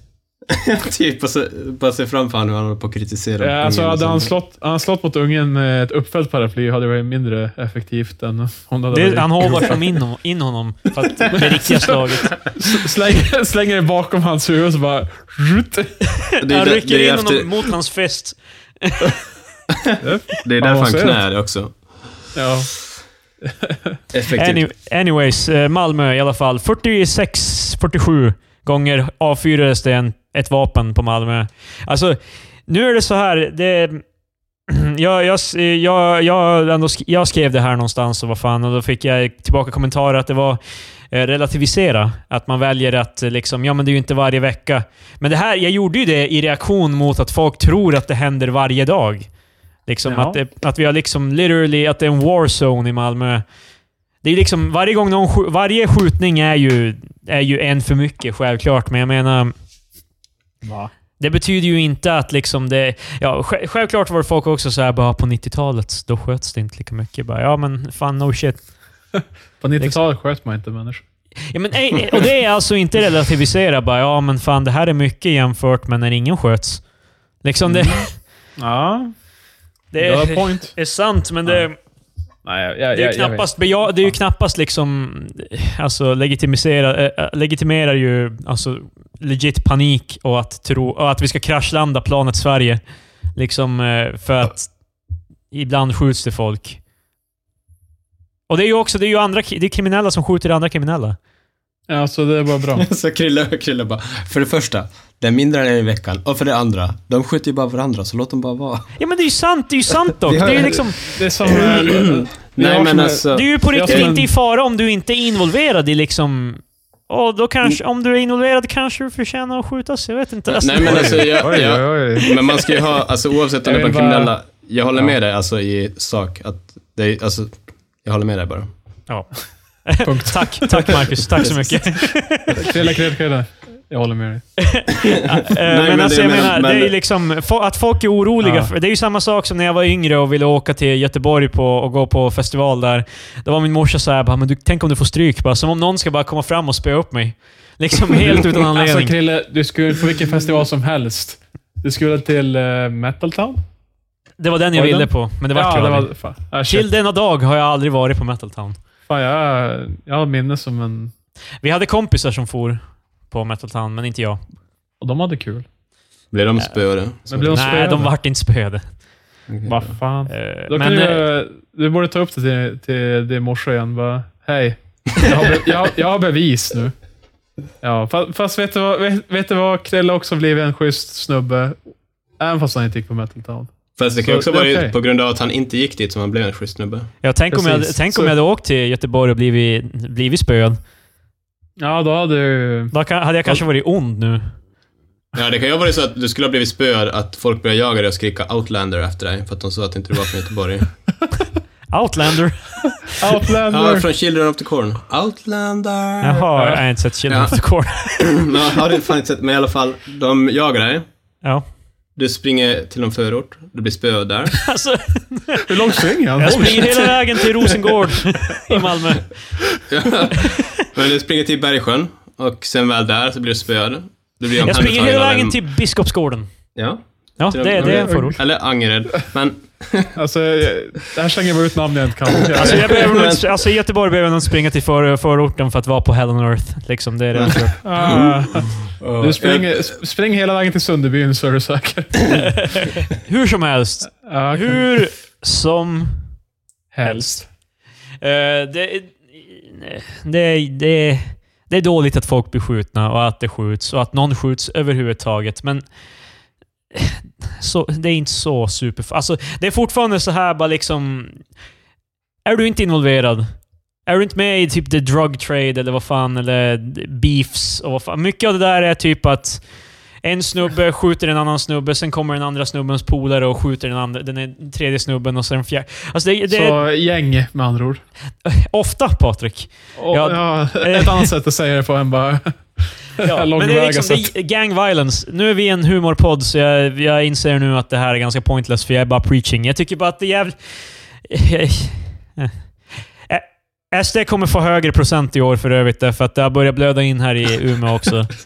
Typ, och så, bara se framför honom hur han håller på att kritisera.
Ja, alltså
ungen och
hade han
sånt.
slått, hade han slått mot ungen med ett uppfällt paraply hade det varit mindre effektivt än om det hade
Det,
varit-
han håvar som in, hon- in honom, för att det riktiga slaget.
slänger, slänger det bakom hans huvud och så bara... Rut.
Det är,
Han
det,
rycker
det
in
är, efter,
honom mot hans fest.
det är
Man
därför han
måste göra
knär också.
Ja.
Effektivt.
Any, anyways, eh, Malmö i alla fall. 46-47 gånger avfyrades det en, ett vapen på Malmö. Alltså, nu är det så här. Det, jag, jag, s- jag, jag, ändå, sk- jag skrev det här någonstans och vad fan, och då fick jag tillbaka kommentarer att det var eh, relativisera. Att man väljer att eh, liksom, ja men det är ju inte varje vecka. Men det här, jag gjorde ju det i reaktion mot att folk tror att det händer varje dag. Liksom
Ja.
att, det, att vi har liksom literally, att det är en warzone i Malmö. Det är liksom, varje gång någon, sk- varje skjutning är ju, är ju en för mycket självklart, men jag menar... Det betyder ju inte att liksom det... Ja, sj- självklart var det folk också så här bara "Ah, på 90-talet, då sköts det inte lika mycket. Bara, ja men fan no shit.
På 90-talet sköt man inte människor.
Ja, men, eh, eh, och det är alltså inte relativisera bara, ja men fan det här är mycket jämfört med när ingen sköts. Liksom det...
Ja,
Det
you have a
är,
point.
är sant, men det,
Nej, jag, jag,
det är ju
jag, jag vet.
knappast, beja, det är ju knappast liksom... Alltså legitimisera, eh, legitimerar ju alltså, legit panik och att, tro, och att vi ska kraschlanda planet Sverige. Liksom eh, för att ibland skjuts det folk. Och det är ju också det är ju andra, det är kriminella som skjuter andra kriminella.
Ja, så det är bara bra.
Så Krille, Krille bara, för det första, det är mindre än en i veckan. Och för det andra, de skjuter ju bara varandra, så låt dem bara vara.
Ja men det är ju sant, det är ju sant dock.
Vi
Det
har-
är ju liksom...
Det är som... eh, vi har
Nej,
som
men
är-
alltså...
Du är ju på
Ja,
riktigt
men-
inte i fara om du inte är involverad i liksom... Och då kanske, om du är involverad kanske du förtjänar att skjutas. Jag vet inte. Alltså,
Nej, men alltså, jag, jag,
oj.
Men man ska ju ha, alltså oavsett om
Jag
det är bara
vill bara-
kriminella. Jag håller med dig alltså i sak att det är, alltså, jag håller med dig bara.
Ja.
Punkt.
tack, tack Marcus. Tack så mycket.
Krille, krille, krille. Jag håller med dig.
Eh, men,
men
alltså
det-
jag
men-
menar,
men-
det är ju liksom, fo- att folk är oroliga.
Ja.
För, det är ju samma sak som när jag var yngre och ville åka till Göteborg på, och gå på festival där. Då var min morsa såhär, bara, men du, tänk om du får stryk. Bara, som om någon ska bara komma fram och spöa upp mig. Liksom helt utan anledning.
Alltså Krille, du skulle på vilken festival som helst. Du skulle till uh, Metal Town?
det var den jag
Var det
ville
den?
på, men det vart
ja,
jag
det
aldrig.
var... Fan, ah, shit.
Till denna dag har jag aldrig varit på Metal Town.
fan jag, jag har minne som en...
Vi hade kompisar som for på Metal Town, men inte jag.
Och de hade kul.
Blir de spöade? Så-
Men blir de
Nej,
spöade?
de vart inte spöade.
Okej.
Vad fan.
Eh,
Då
men
kan du,
eh,
eh, du borde ta upp det till, till din morsa igen. Bara, hej. Jag har, be, jag, har- jag har bevis nu. Ja, fast, fast vet du vad? Vet, vet du vad? Krille har också blivit en schysst snubbe. Även fast han inte gick på Metal Town.
Fast det kan ju
Så
också
det är
vara
okej.
på grund av att han inte gick dit som han blev en schysst snubbe.
ja, tänk, om jag,
precis.
tänk om
Så-
jag hade åkt till Göteborg och blivit, blivit spöad.
Ja, då hade du...
Då kan, hade jag kanske varit ond nu.
Ja, det kan ju ha varit så att du skulle ha blivit spöad, att folk började jaga dig och skrika “Outlander” efter dig, för att de sa att inte du var från Göteborg.
Outlander.
ja,
Outlander!
från Children of the Corn. “Outlander”!
Jaha, jag har inte sett Children of the Corn.
Men jag har det fan inte sett, men i alla fall, de jagar dig.
Ja.
Du springer till någon förort, du blir spöad där.
Alltså,
Hur långt springer han?
jag springer hela vägen till Rosengård i Malmö.
Ja. Men du springer till Bergsjön och sen väl där så blir du spöad. Du blir
Jag springer
omhändertagen
hela
av
vägen
en-
till Biskopsgården.
Ja.
Ja,
Till-
det, är- det är en förort.
Eller Angered. Men
Alltså, jag- det här slänger bara ut namn jag inte kan.
Alltså, jag behöver nog inte, alltså i Göteborg behöver jag nog springa till för, förorten för att vara på Hell on Earth. Liksom, det är det jag tror.
Ah,
Mm.
eh,
du springer, sp- spring hela vägen till Sunderbyn så är du säker.
Hur som helst.
Ja, okej.
Hur som
helst.
Eh, det, det, det, det är dåligt att folk blir skjutna och att det skjuts och att någon skjuts överhuvudtaget, men så, det är inte så super... Alltså, det är fortfarande så här bara liksom... Är du inte involverad? Är du inte med i typ the drug trade eller vad fan, eller beefs och vad fan. Mycket av det där är typ att en snubbe skjuter en annan snubbe, sen kommer den andra snubbens polare och skjuter den, andra, den tredje snubben och sen den fjärde. Alltså det, det är
Så gäng med andra ord.
ofta, Patrik.
Och,
Ja.
ja. ett annat sätt att säga det på än bara...
Ja, men det är
Långväga
liksom det är gang violence. Nu är vi en humorpodd, så jag, jag inser nu att det här är ganska pointless, för jag är bara preaching. Jag tycker bara att det är jävligt... Eh, SD kommer få högre procent i år för övrigt, därför att det har börjat blöda in här i Umeå också.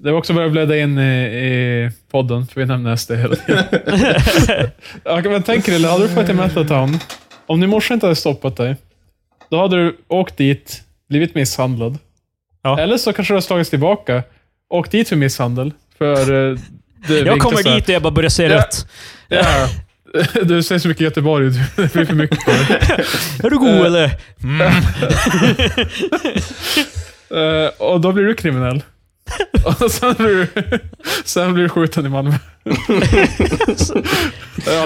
Det var också börjat bläddra in i, i podden, för vi nämner SD hela tiden. ja, men tänk dig, hade du fått till Metal Town, om din morsa inte hade stoppat dig, då hade du åkt dit, blivit misshandlad.
Ja.
Eller så kanske du har slagits tillbaka, åkt dit för misshandel. För eh, det
Jag kommer
vinklas där.
dit och jag bara börjar se
Ja.
rött.
Ja. Du säger så mycket Göteborg, du- det blir för mycket på dig.
Är du god
Eh.
eller? Mm.
Eh, och då blir du kriminell. Och sen blir du, sen blir du skjuten i Malmö. ja,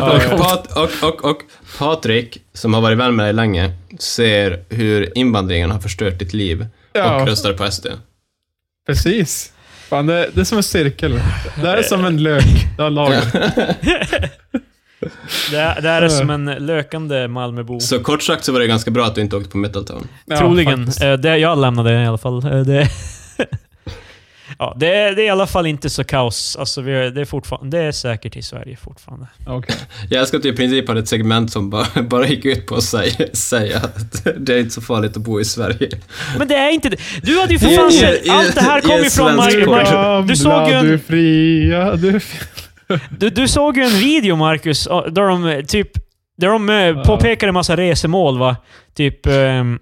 och,
det-
Pat, och, och, och Patrik, som har varit vän med dig länge, ser hur invandringen har förstört ditt liv
Ja.
och röstar på SD.
Precis. Fan, det, det är som en cirkel. Det här är som en lök. Det har lager.
Det, det här
Eh.
är som en lökande Malmöbo.
Så kort sagt så var det ganska bra att du inte åkte på Metal Town.
Ja,
Troligen.
faktiskt.
Eh, det, jag lämnade det i alla fall. Eh, det, Ja, det, är, det är i alla fall inte så kaos. Alltså, vi har, det, är fortfarande, det är säkert i Sverige fortfarande.
Okej.
Jag älskar att du i princip hade ett segment som bara, bara gick ut på att säga, säga att det är inte så farligt att bo i Sverige.
Men det är inte det. Du hade ju för
I-
fan
i-
sett...
i-
Allt det här
i
kom ju från
svensk
Marcus.
porr.
Marcus- Du såg ju
Ramla,
en-
Du fria, du...
Du, du såg ju en video, Marcus, där de eh, typ... Där de ja.
Ja.
påpekade en massa resemål, va? Typ... ehm,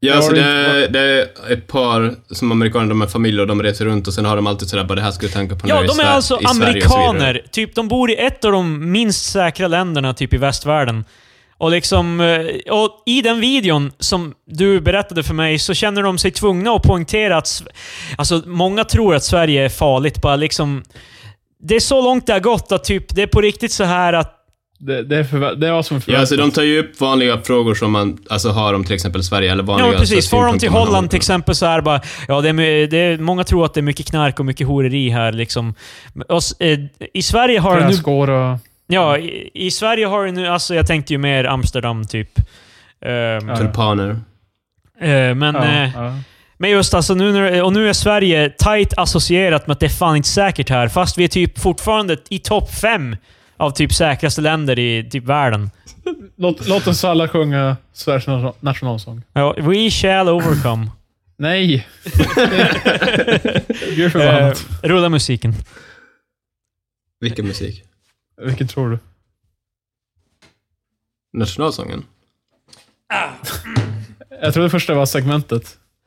Ja,
Jag
alltså
har
det,
inte
är- det är ett par som amerikaner, de är familj och de reser runt och sen har de alltid sådär bara det här ska du tänka på när
ja,
du är i
de är
Sver-
alltså
i Sverige och så vidare."
amerikaner. Typ, de bor i ett av de minst säkra länderna typ i västvärlden. Och liksom... eh, Och i den videon som du berättade för mig så känner de sig tvungna att poängtera att... Sve- Alltså, många tror att Sverige är farligt. Bara liksom... Det är så långt det har gått att typ, det är på riktigt så här att
Det, det, är förvä- det var som
Ja, alltså de tar ju upp vanliga frågor som man alltså, har om till exempel Sverige eller vanliga alltså,
Ja, precis. Far de
synpunkter
till
man har.
Holland till exempel så här bara... Ja, det är, my- det är, många tror att det är mycket knark och mycket horeri här liksom. Och, s- eh, I Sverige har det nu...
Träskor och...
Ja, i, i Sverige har det nu... Alltså jag tänkte ju mer Amsterdam typ. Ehm,
Ja.
Tulpaner.
eh, men,
Ja,
eh,
ja.
men just alltså nu när, och nu är Sverige tight associerat med att det är fan inte säkert här. Fast vi är typ fortfarande i topp fem av typ säkraste länder i typ världen.
Låt, låt oss alla sjunga Sveriges nation- nationalsång.
Ja, we shall overcome.
Nej! Gud
Eh,
förbannat.
rulla musiken.
Vilken musik?
Vilken tror du?
Nationalsången?
Jag trodde först det var segmentet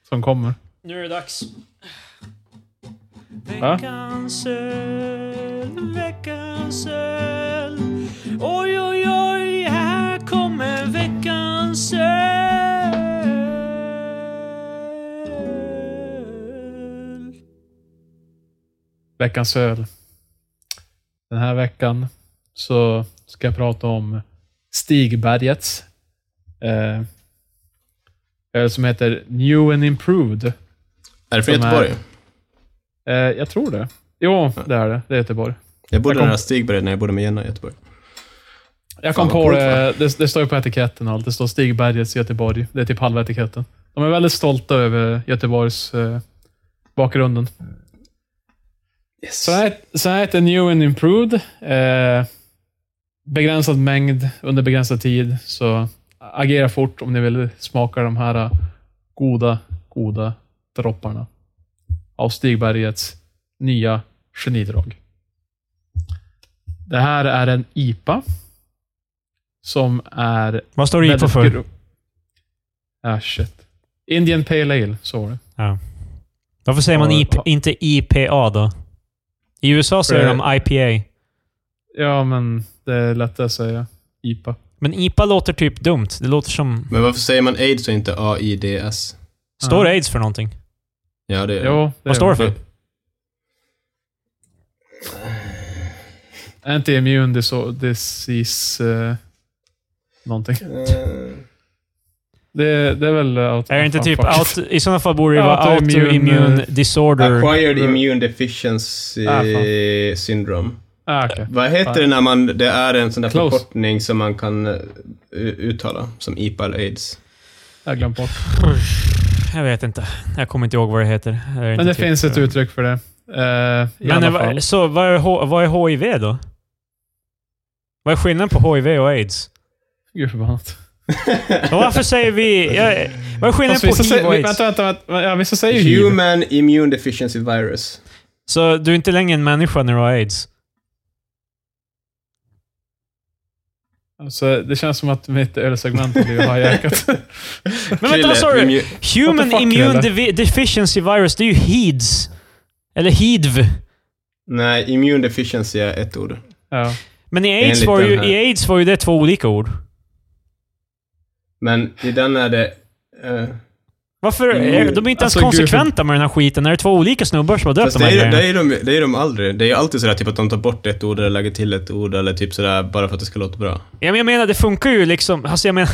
som kommer.
Nu är det dags.
Ja.
Veckans öl, veckans öl. Oj, oj, oj, här kommer veckans öl.
Veckans öl. Den här veckan så ska jag prata om Stigbergets eh, öl som heter New and Improved.
Är det från
De är-
Göteborg?
Eh, jag tror det. Jo, det är det. Det är Göteborg.
Jag bodde
Jag kom-
nära Stigberg när jag bodde med Jenna i Göteborg.
Jag kom
Fan, vad
på
coolt,
det, det. Det står ju på etiketten och allt. Det står Stigbergets Göteborg. Det är typ halva etiketten. De är väldigt stolta över Göteborgs eh, bakgrunden.
Yes.
Så här, så här heter New and Improved. Eh, begränsad mängd under begränsad tid. Så agera fort om ni vill smaka de här eh, goda, goda dropparna av Stigbergets nya genidrag. Det här är en IPA som är...
Vad står det i på
väldigt
för?
gro- Ah, shit. Indian Pale Ale, så var det.
Varför säger man IP, inte IPA då? I USA säger de IPA.
Ja, men det är lättare att säga IPA.
Men IPA låter typ dumt. Det låter som...
Men varför säger man aids och inte AIDS?
Står det aids för någonting?
Ja, det är
Jo, det är
Eh, Vad står det för?
det.
Anti-immune diso- disease... eh, någonting.
Eh,
Det, det är väl... Out-
Är det inte
fan,
typ
fuck.
out, I sådana fall borde det
Ja,
vara
autoimmune,
autoimmune
eh,
disorder.
Acquired immune deficiency
Ah,
syndrome.
Ah, okej.
Vad heter
Fan.
det när man, det är en sån där
Close.
förkortning som man kan eh, uttala, som IPA eller AIDS?
Jag har glömt bort.
Jag vet inte. Jag kommer inte ihåg vad det heter. Jag är inte
Men det
typ-
finns ett uttryck för det. Eh, I
Men
alla
vad-
fall.
så vad är, H- vad är HIV då? Vad är skillnaden på HIV och aids?
Gud förbannat.
Och varför säger vi... Jag, vad är skillnaden
Fast
på
Alltså, Vissa
HIV
säger,
och
vänta,
aids?
vänta, vänta. Ja, vissa säger ju hiv.
Human immune deficiency virus.
Så du är inte längre en människa när du har aids?
Alltså, det känns som att mitt ölsegment har blivit hajjackat.
Men vänta, vad sa du?
immu-
Human
What the fuck,
Immune
Krille?
Devi- Deficiency Virus, det är ju HIDS. Eller HIDV.
Nej, immune deficiency är ett ord.
ja.
Men i
Enligt
AIDS, var ju,
den här.
i aids var ju det två olika ord.
Men i den är det... eh,
Varför?
Mm.
eh, De är inte ens
Alltså, gud, för-
konsekventa med den här skiten. När det är två olika snubbar som har döpt
Fast
de
det
här
är,
grejerna.
det, är de, det är de aldrig. Det är ju alltid sådär typ att de tar bort ett ord eller lägger till ett ord eller typ sådär bara för att det ska låta bra.
Ja, men jag menar, det funkar ju liksom... Alltså jag menar,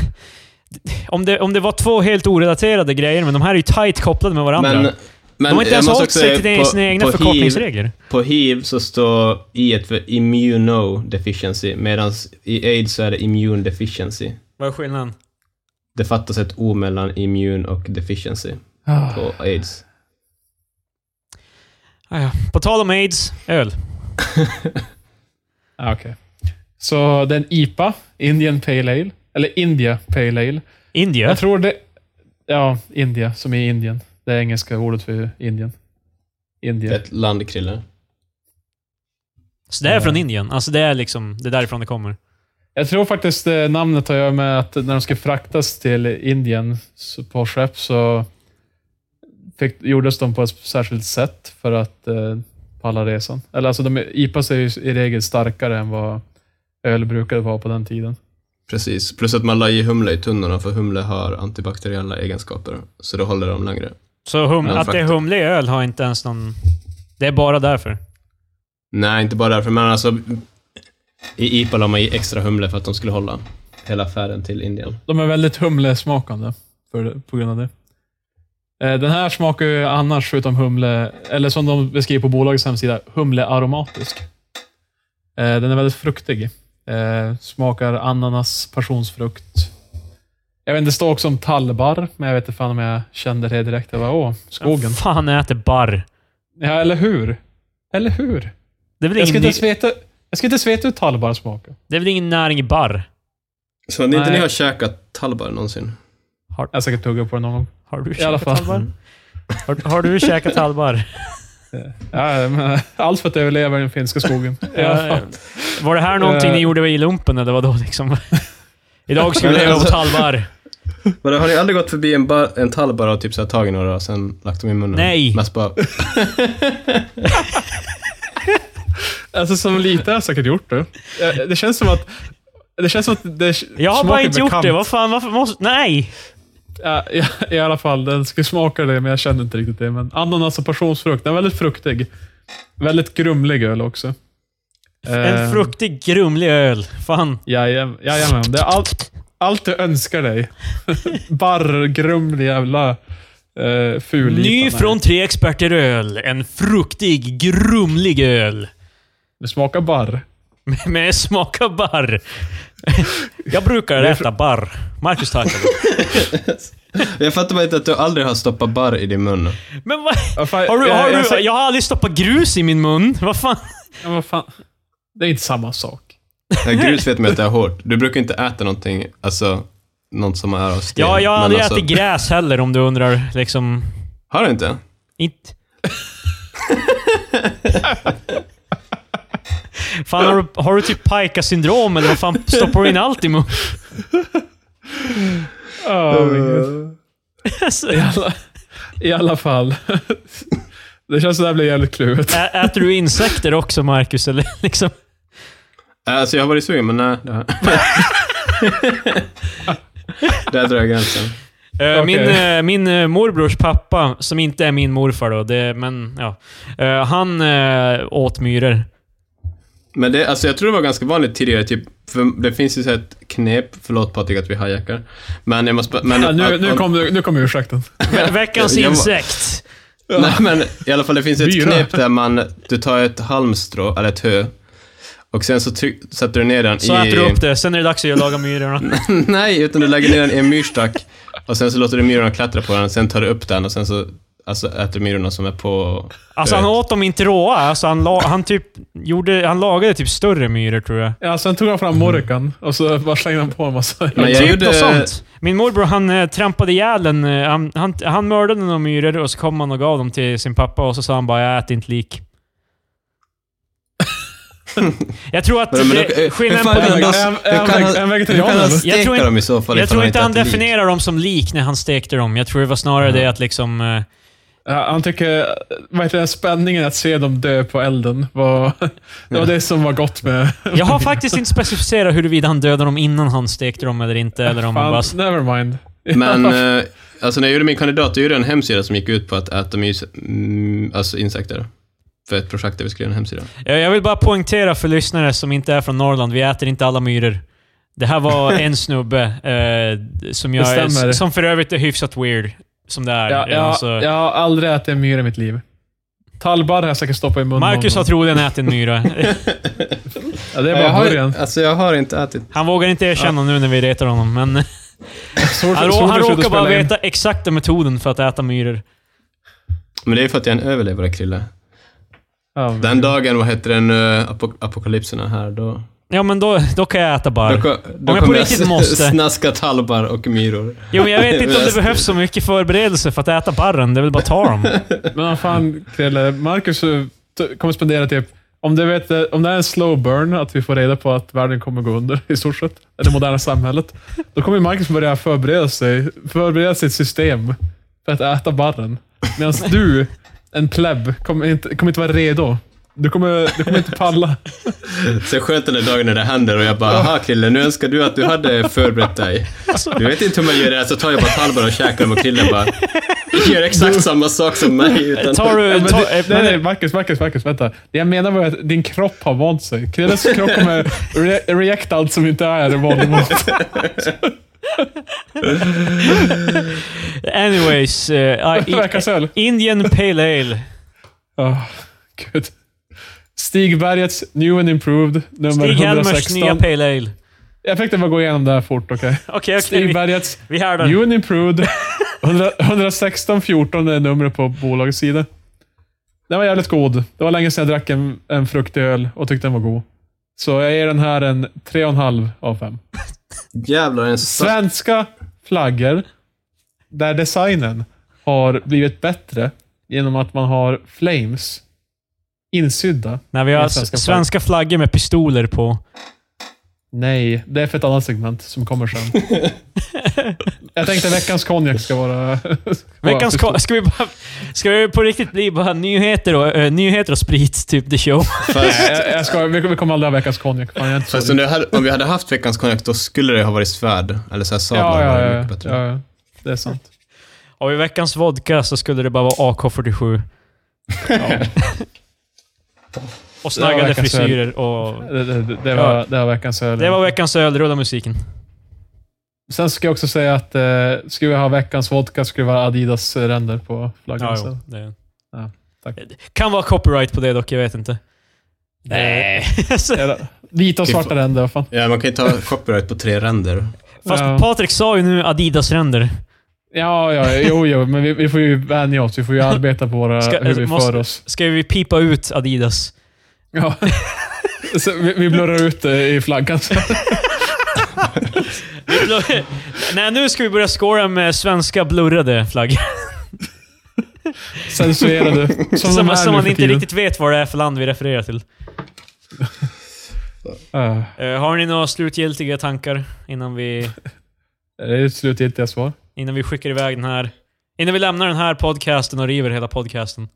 om, det, om det var två helt orelaterade grejer, men de här är ju tight kopplade med varandra.
Men, men
de har inte ens
jag måste
hållit
också
sig
säga,
till de-
på-
sina egna
på
förkortningsregler.
hiv- På hiv så står i för immunodeficiency medan i aids så är det immune deficiency.
Vad är skillnaden?
Det fattas ett o
Ah.
mellan immune och deficiency
Ah,
på aids.
Ah, ja. På tal om aids, öl.
Ah, okay. Så den IPA, Indian Pale Ale, eller India Pale Ale.
India?
Jag tror det... Ja, India, som är Indien. Det är engelska ordet för Indien. India.
Ett landkrille.
Så det är från Indien? Alltså det är liksom, det är därifrån det kommer?
Jag tror faktiskt eh, namnet har att göra med att när de ska fraktas till Indien så- på skepp så fick, gjordes de på ett särskilt sätt för att eh, palla resan. Eller alltså, de, IPAs är ju i regel starkare än vad öl brukade vara på den tiden.
Precis. Plus att man la i humle i tunnorna, för humle har antibakteriella egenskaper. Så då håller de längre.
Så hum,
Ja,
att det är
faktiskt.
humle i öl har inte ens någon... Det är bara därför?
Nej, inte bara därför, men alltså... I IPA la man i extra humle för att de skulle hålla hela färden till Indien.
De är väldigt humlesmakande för, på grund av det. Eh, Den här smakar ju annars, förutom humle, eller som de beskriver på bolagets hemsida, humlearomatisk. Eh, Den är väldigt fruktig. Eh, Smakar ananas, passionsfrukt. Jag vet inte, det står också om tallbarr, men jag vet inte fan om jag kände det direkt. Jag bara, åh, skogen.
Vem fan äter barr?
Ja, eller hur? Eller hur?
Det är väl
Jag ska
ingen,
inte
ni-
ens veta, jag ska inte ens veta hur tallbarr smakar.
det är väl ingen näring i barr?
Så ni inte
Nej.
ni har käkat tallbar någonsin?
Jag har säkert tuggat på det någon gång.
Har du
alla
käkat
fall.
allbar? Har, har du käkat allbar?
Ja, men, allt för att överleva i den finska skogen. I alla fall.
Ja, var det här någonting ni
Eh.
gjorde i lumpen eller vadå liksom? Idag ska vi
Men
leva på
alltså-
talbar.
Vadå, har ni aldrig gått förbi en, bar, en tallbar och typ så här tagit några och sen lagt dem i munnen?
Nej.
Mest bara...
Alltså som lite har jag säkert gjort det. Eh, Det känns som att... Det känns som att det
Jag har bara
smakar
inte gjort
bekant.
det. Vad fan, varför måste... Nej!
Ja, i- I alla fall, den skulle smaka det, men jag kände inte riktigt det. Men ananas och passionsfrukt, den är väldigt fruktig. Väldigt grumlig öl också. Eh,
En fruktig, grumlig öl. Fan.
Jajamän, jajamän. Det är allt, allt du önskar dig. Barrgrumlig jävla eh, ful
Ny
IPA.
från tre experter öl. En fruktig, grumlig öl.
Det smakar barr.
Med smak av barr. Jag brukar äta barr. Marcus tack.
Jag fattar bara inte att du aldrig har stoppat barr i din mun.
Men vad...
Ja, fan,
Har du,
jag-
har
jag
du,
säger-
jag har aldrig stoppat grus i min mun. Vad fan?
Ja, vad fan. Det är inte samma sak.
Ja, Grus vet man att det är hårt. Du brukar inte äta någonting, alltså, något som är av sten.
Ja, jag har
Men
aldrig
alltså,
ätit gräs heller om du undrar. Liksom...
Har du inte? Eh,
Inte... fan, har du, har du typ pajka-syndrom eller vad fan stoppar du in allt i munnen?
Oh, min Gud.
Alltså,
I alla, I alla fall. Det känns som det här blir jävligt klurigt.
ä- Äter du insekter också, Marcus? Eller liksom...
Alltså, jag har varit sugen, men nej. Det har... Där drar jag gränsen.
Eh,
Okej.
Min, eh, min eh, morbrors pappa, som inte är min morfar då, det, men ja. Eh, Han eh, åt myror.
Men det, alltså jag tror det var ganska vanligt tidigare, typ, för det finns ju så här ett knep, förlåt Patrik att vi hijackar, men jag måste bara- men,
Ja, nu,
att-
nu
om-
kom, nu kom ursäkten.
Ve- Veckans
Jag var-
insekt.
Nej, men i alla fall, det finns ett
Myra.
knep där man, du tar ett halmstrå, eller ett hö, och sen så tryck, sätter du ner den
Så
i...
äter du upp det, sen är det dags att laga myrorna.
Nej, utan du lägger ner den i en myrstack, och sen så låter du myrorna klättra på den, sen tar du upp den och sen så alltså, äter du myrorna som är på...
Alltså
Eh.
han åt dem inte råa. Alltså han, la, han, typ gjorde, han lagade typ större myror tror jag.
Ja, sen tog han fram morkan och så bara slängde han på en massa.
Men jag
typ
gjorde-
något sånt. Min morbror han eh, trampade ihjäl en... eh, Han, han, han mördade några myror och så kom han och gav dem till sin pappa och så sa han bara “Jag äter inte lik”. jag tror att...
Men, men,
det,
eh,
skillnaden
hur fan
på
kan
den-
han-
Även-
hur kan
även-
han-
även
hur
vegetarianer,
kan han
eller?
Jag tror
steka dem i så fall
jag
ifall
tror inte han
äter lik? Mm.
definierar dem som lik när han stekte dem. Jag tror det var snarare det att liksom... eh,
Ja, han tycker, vad heter det, spänningen att se dem dö på elden var, det var det som var gott med...
Jag har faktiskt inte specificerat huruvida han dödade dem innan han stekte dem eller inte. Eller om han bara...
Fan, never mind.
Men eh, alltså när jag gjorde min kandidat, då gjorde jag en hemsida som gick ut på att äta mys, mm, alltså insekter. För ett projekt där vi skulle göra en hemsida.
Eh, Jag jag vill bara poängtera för lyssnare som inte är från Norrland, vi äter inte alla myror. Det här var en snubbe eh, som,
Det stämmer.
jag, som för övrigt är hyfsat weird, som det är. Alltså,
Ja, alltså-
redan,
jag,
så-
jag har aldrig ätit en myra i mitt liv. Tallbarr har jag säkert stoppat i munnen.
Marcus har
någon gång.
troligen ätit en myra.
ja, Det är bara början.
alltså jag har inte ätit.
Han vågar inte erkänna nu när vi retar honom, men
Svårt-
han,
svårt
rå,
att
han
sluta
råkar bara
spela in.
veta exakta metoden för att äta myror.
Men det är ju för att jag är en överlevare, Krille.
Ja, men-
Den dagen, vad heter den, eh, apok- apokalypsen är här, då...
Ja, men då, då kan jag äta
Då,
barr.
ko- då
Om jag på
kommer
riktigt
s-
måste.
snaska talbar och myror.
Jo, men jag vet inte om det behövs så mycket förberedelse för att äta barren. Det är väl bara att ta dem.
Men vad fan, Krille. Marcus eh, t- kommer spendera typ... Om, du vet, eh, om det är en slow burn, att vi får reda på att världen kommer gå under i stort sett, i det moderna samhället, då kommer Marcus börja förbereda sig, förbereda sitt system för att äta barren. Medan du, en pleb, kommer inte, kommer inte vara redo. Du kommer, du kommer inte palla.
Så skönt den där dagen när det händer och jag bara, aha Krille, nu önskar du att du hade förberett dig. Du vet inte hur man gör det här, så tar jag bara talbar och käkar dem och Krille bara gör exakt samma sak som mig. Utan,
Tar du...
Men
ta,
det,
eh,
nej, nej, Marcus, Marcus, Marcus, vänta. Det jag menar var att din kropp har vant sig. Krilles kropp kommer re- reacta allt som inte är vanligt.
Anyways. eh, I-
Det verkar så.
Indian Pale Ale.
Oh, gud. Stig Bergets New and Improved nummer
Stig Helmers
116.
nya Pale Ale.
jag fick det bara gå igenom det här fort, okej?
Okej, okej.
Stig
vi-
Bergets
Vi härdar.
New and Improved 100 116 14 är numret på bolagets sida. Den var jävligt god. Det var länge sedan jag drack en, en fruktig öl och tyckte den var god. Så jag ger den här en 3,5 av 5.
Jävlar, en sa-
Svenska flaggor där designen har blivit bättre genom att man har flames insydda
När vi har
Det är svenska
s- svenska flaggor med pistoler på.
Nej, det är för ett annat segment som kommer sen. jag tänkte veckans konjak ska vara... ska vara
Veckans
pistol.
ko- ska, vi bara, ska vi på riktigt bli bara nyheter och, eh, nyheter och sprit, typ the show?
fast,
Nej, jag, jag ska, vi, vi kommer aldrig ha veckans konjak. Fan, jag är inte så-
fast om, du hade, om vi hade haft veckans konjakt, då skulle det ha varit svärd. Eller så här sablar.
ja, ja,
var det
ja,
mycket bättre.
ja, ja. Det är sant.
Har vi veckans vodka så skulle det bara vara AK47. och
Det var
snaggade
veckans
frisyrer och...
Det, det, det, var,
Ja.
det var veckans öl.
Det var veckans öl. Rulla musiken.
Sen ska jag också säga att eh, skulle vi ha veckans vodka skulle det vara Adidas eh, ränder på flaggan.
Ja, jo,
sen.
det.
Ja, tack.
Kan vara copyright på det dock, jag vet inte. Nej. Alltså,
Eller, Vita och
Okej,
svarta ränder, vad fan.
Ja, man kan ju ta copyright på tre ränder.
Fast
Ja.
Patrik sa ju nu Adidas-ränder.
Ja, ja, jo, jo, men vi, vi får ju vänja oss. Vi får ju arbeta på våra,
Ska-
hur vi
måste-
för oss.
Ska vi pipa ut Adidas?
Ja. Så vi, vi blurrar ut det i flaggan. sen.
Nej, nu ska vi börja skåra med svenska blurrade flaggor.
Censurerade. Som,
Som,
de är
som,
nu
man
för
inte
tiden.
riktigt vet vad det är för land vi refererar till.
Ah,
Eh, har ni några slutgiltiga tankar innan vi,
det är ett slutgiltiga svar.
innan vi skickar iväg den här? Innan vi lämnar den här podcasten och river hela podcasten.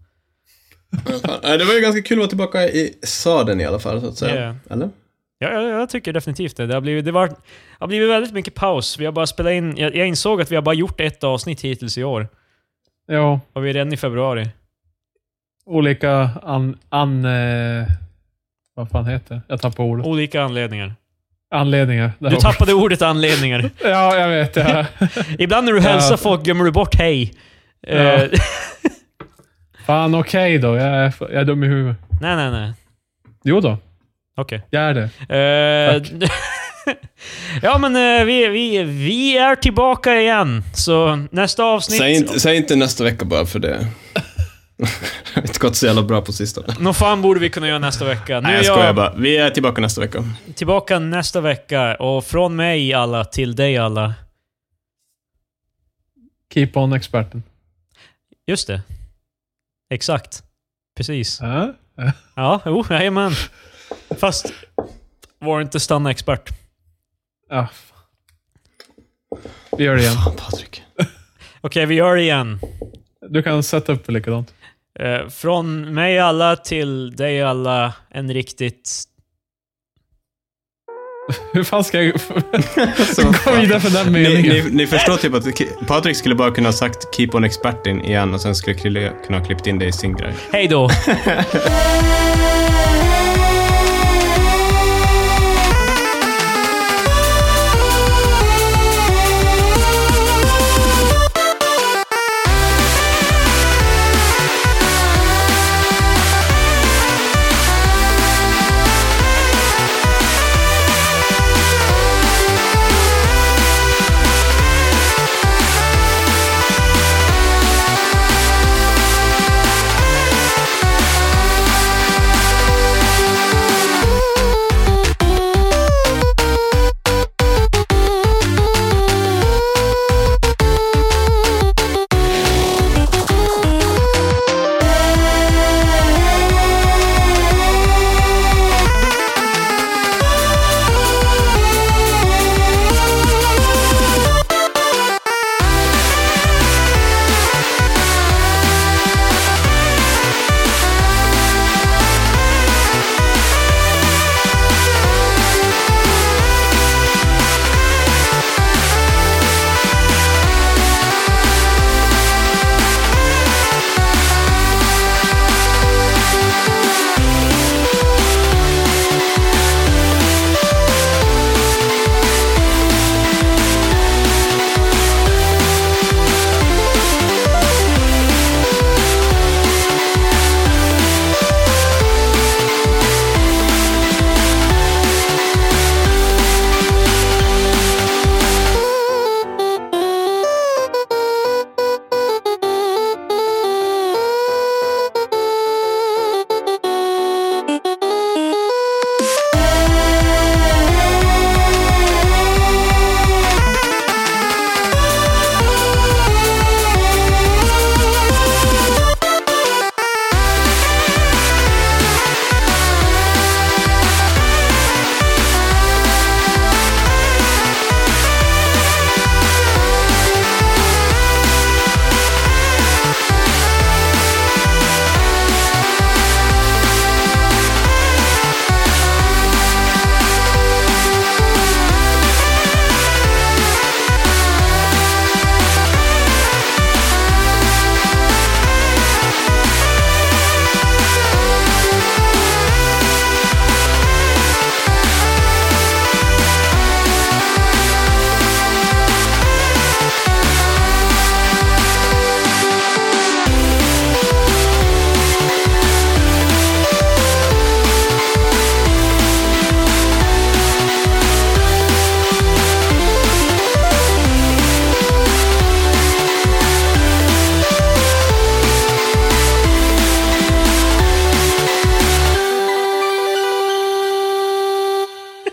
Det var ju ganska kul att vara tillbaka i sadeln i alla fall, så att säga.
Yeah.
Eller?
Eh, Ja, jag, jag tycker definitivt det. Det har blivit, det var, det har blivit väldigt mycket paus. Vi har bara spelat in, jag, jag insåg att vi har bara gjort ett avsnitt hittills i år.
Ja,
Och vi är redan i februari.
olika an... an eh, vad fan heter det? Jag tappar ordet.
Olika anledningar.
Anledningar. Det
Du
här
tappade ordet anledningar.
ordet. Ja, jag vet. Ja.
Ibland när du
Ja.
hälsar folk glömmer du bort hej. Eh,
Ja. Fan, okej då. Jag är, jag är dum i huvudet.
nej, nej, nej.
Jo då,
Okej.
jag är det.
Eh, ja, men eh, vi, vi, vi är tillbaka igen. Så nästa avsnitt...
Säg inte, säg inte nästa vecka bara för det. det har inte gått så jävla bra på sistone.
Nå fan borde vi kunna göra nästa vecka. Nu
Nej, jag
är
skojar
jag
bara. Vi är tillbaka nästa vecka.
tillbaka nästa vecka. Och från mig alla till dig alla.
Keep on experten.
Just det. Exakt. Precis.
Ja.
Ja, jo, jajamän. Fast var inte stanna expert.
Ja. Ah, Vi gör det igen.
Fan, Patrik.
Okej, vi gör det igen.
Du kan sätta upp det likadant.
Eh, från mig alla till dig alla. En riktigt...
Hur fan ska jag gå vidare för den
Ni,
meningen?
ni, ni förstår typ att Ki- Patrik skulle bara kunna ha sagt “Keep on expertin” igen och sen skulle Krille kunna ha klippt in det i sin grej.
Hej då!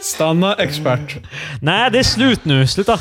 Stanna expert.
Nej, det är slut nu. Sluta!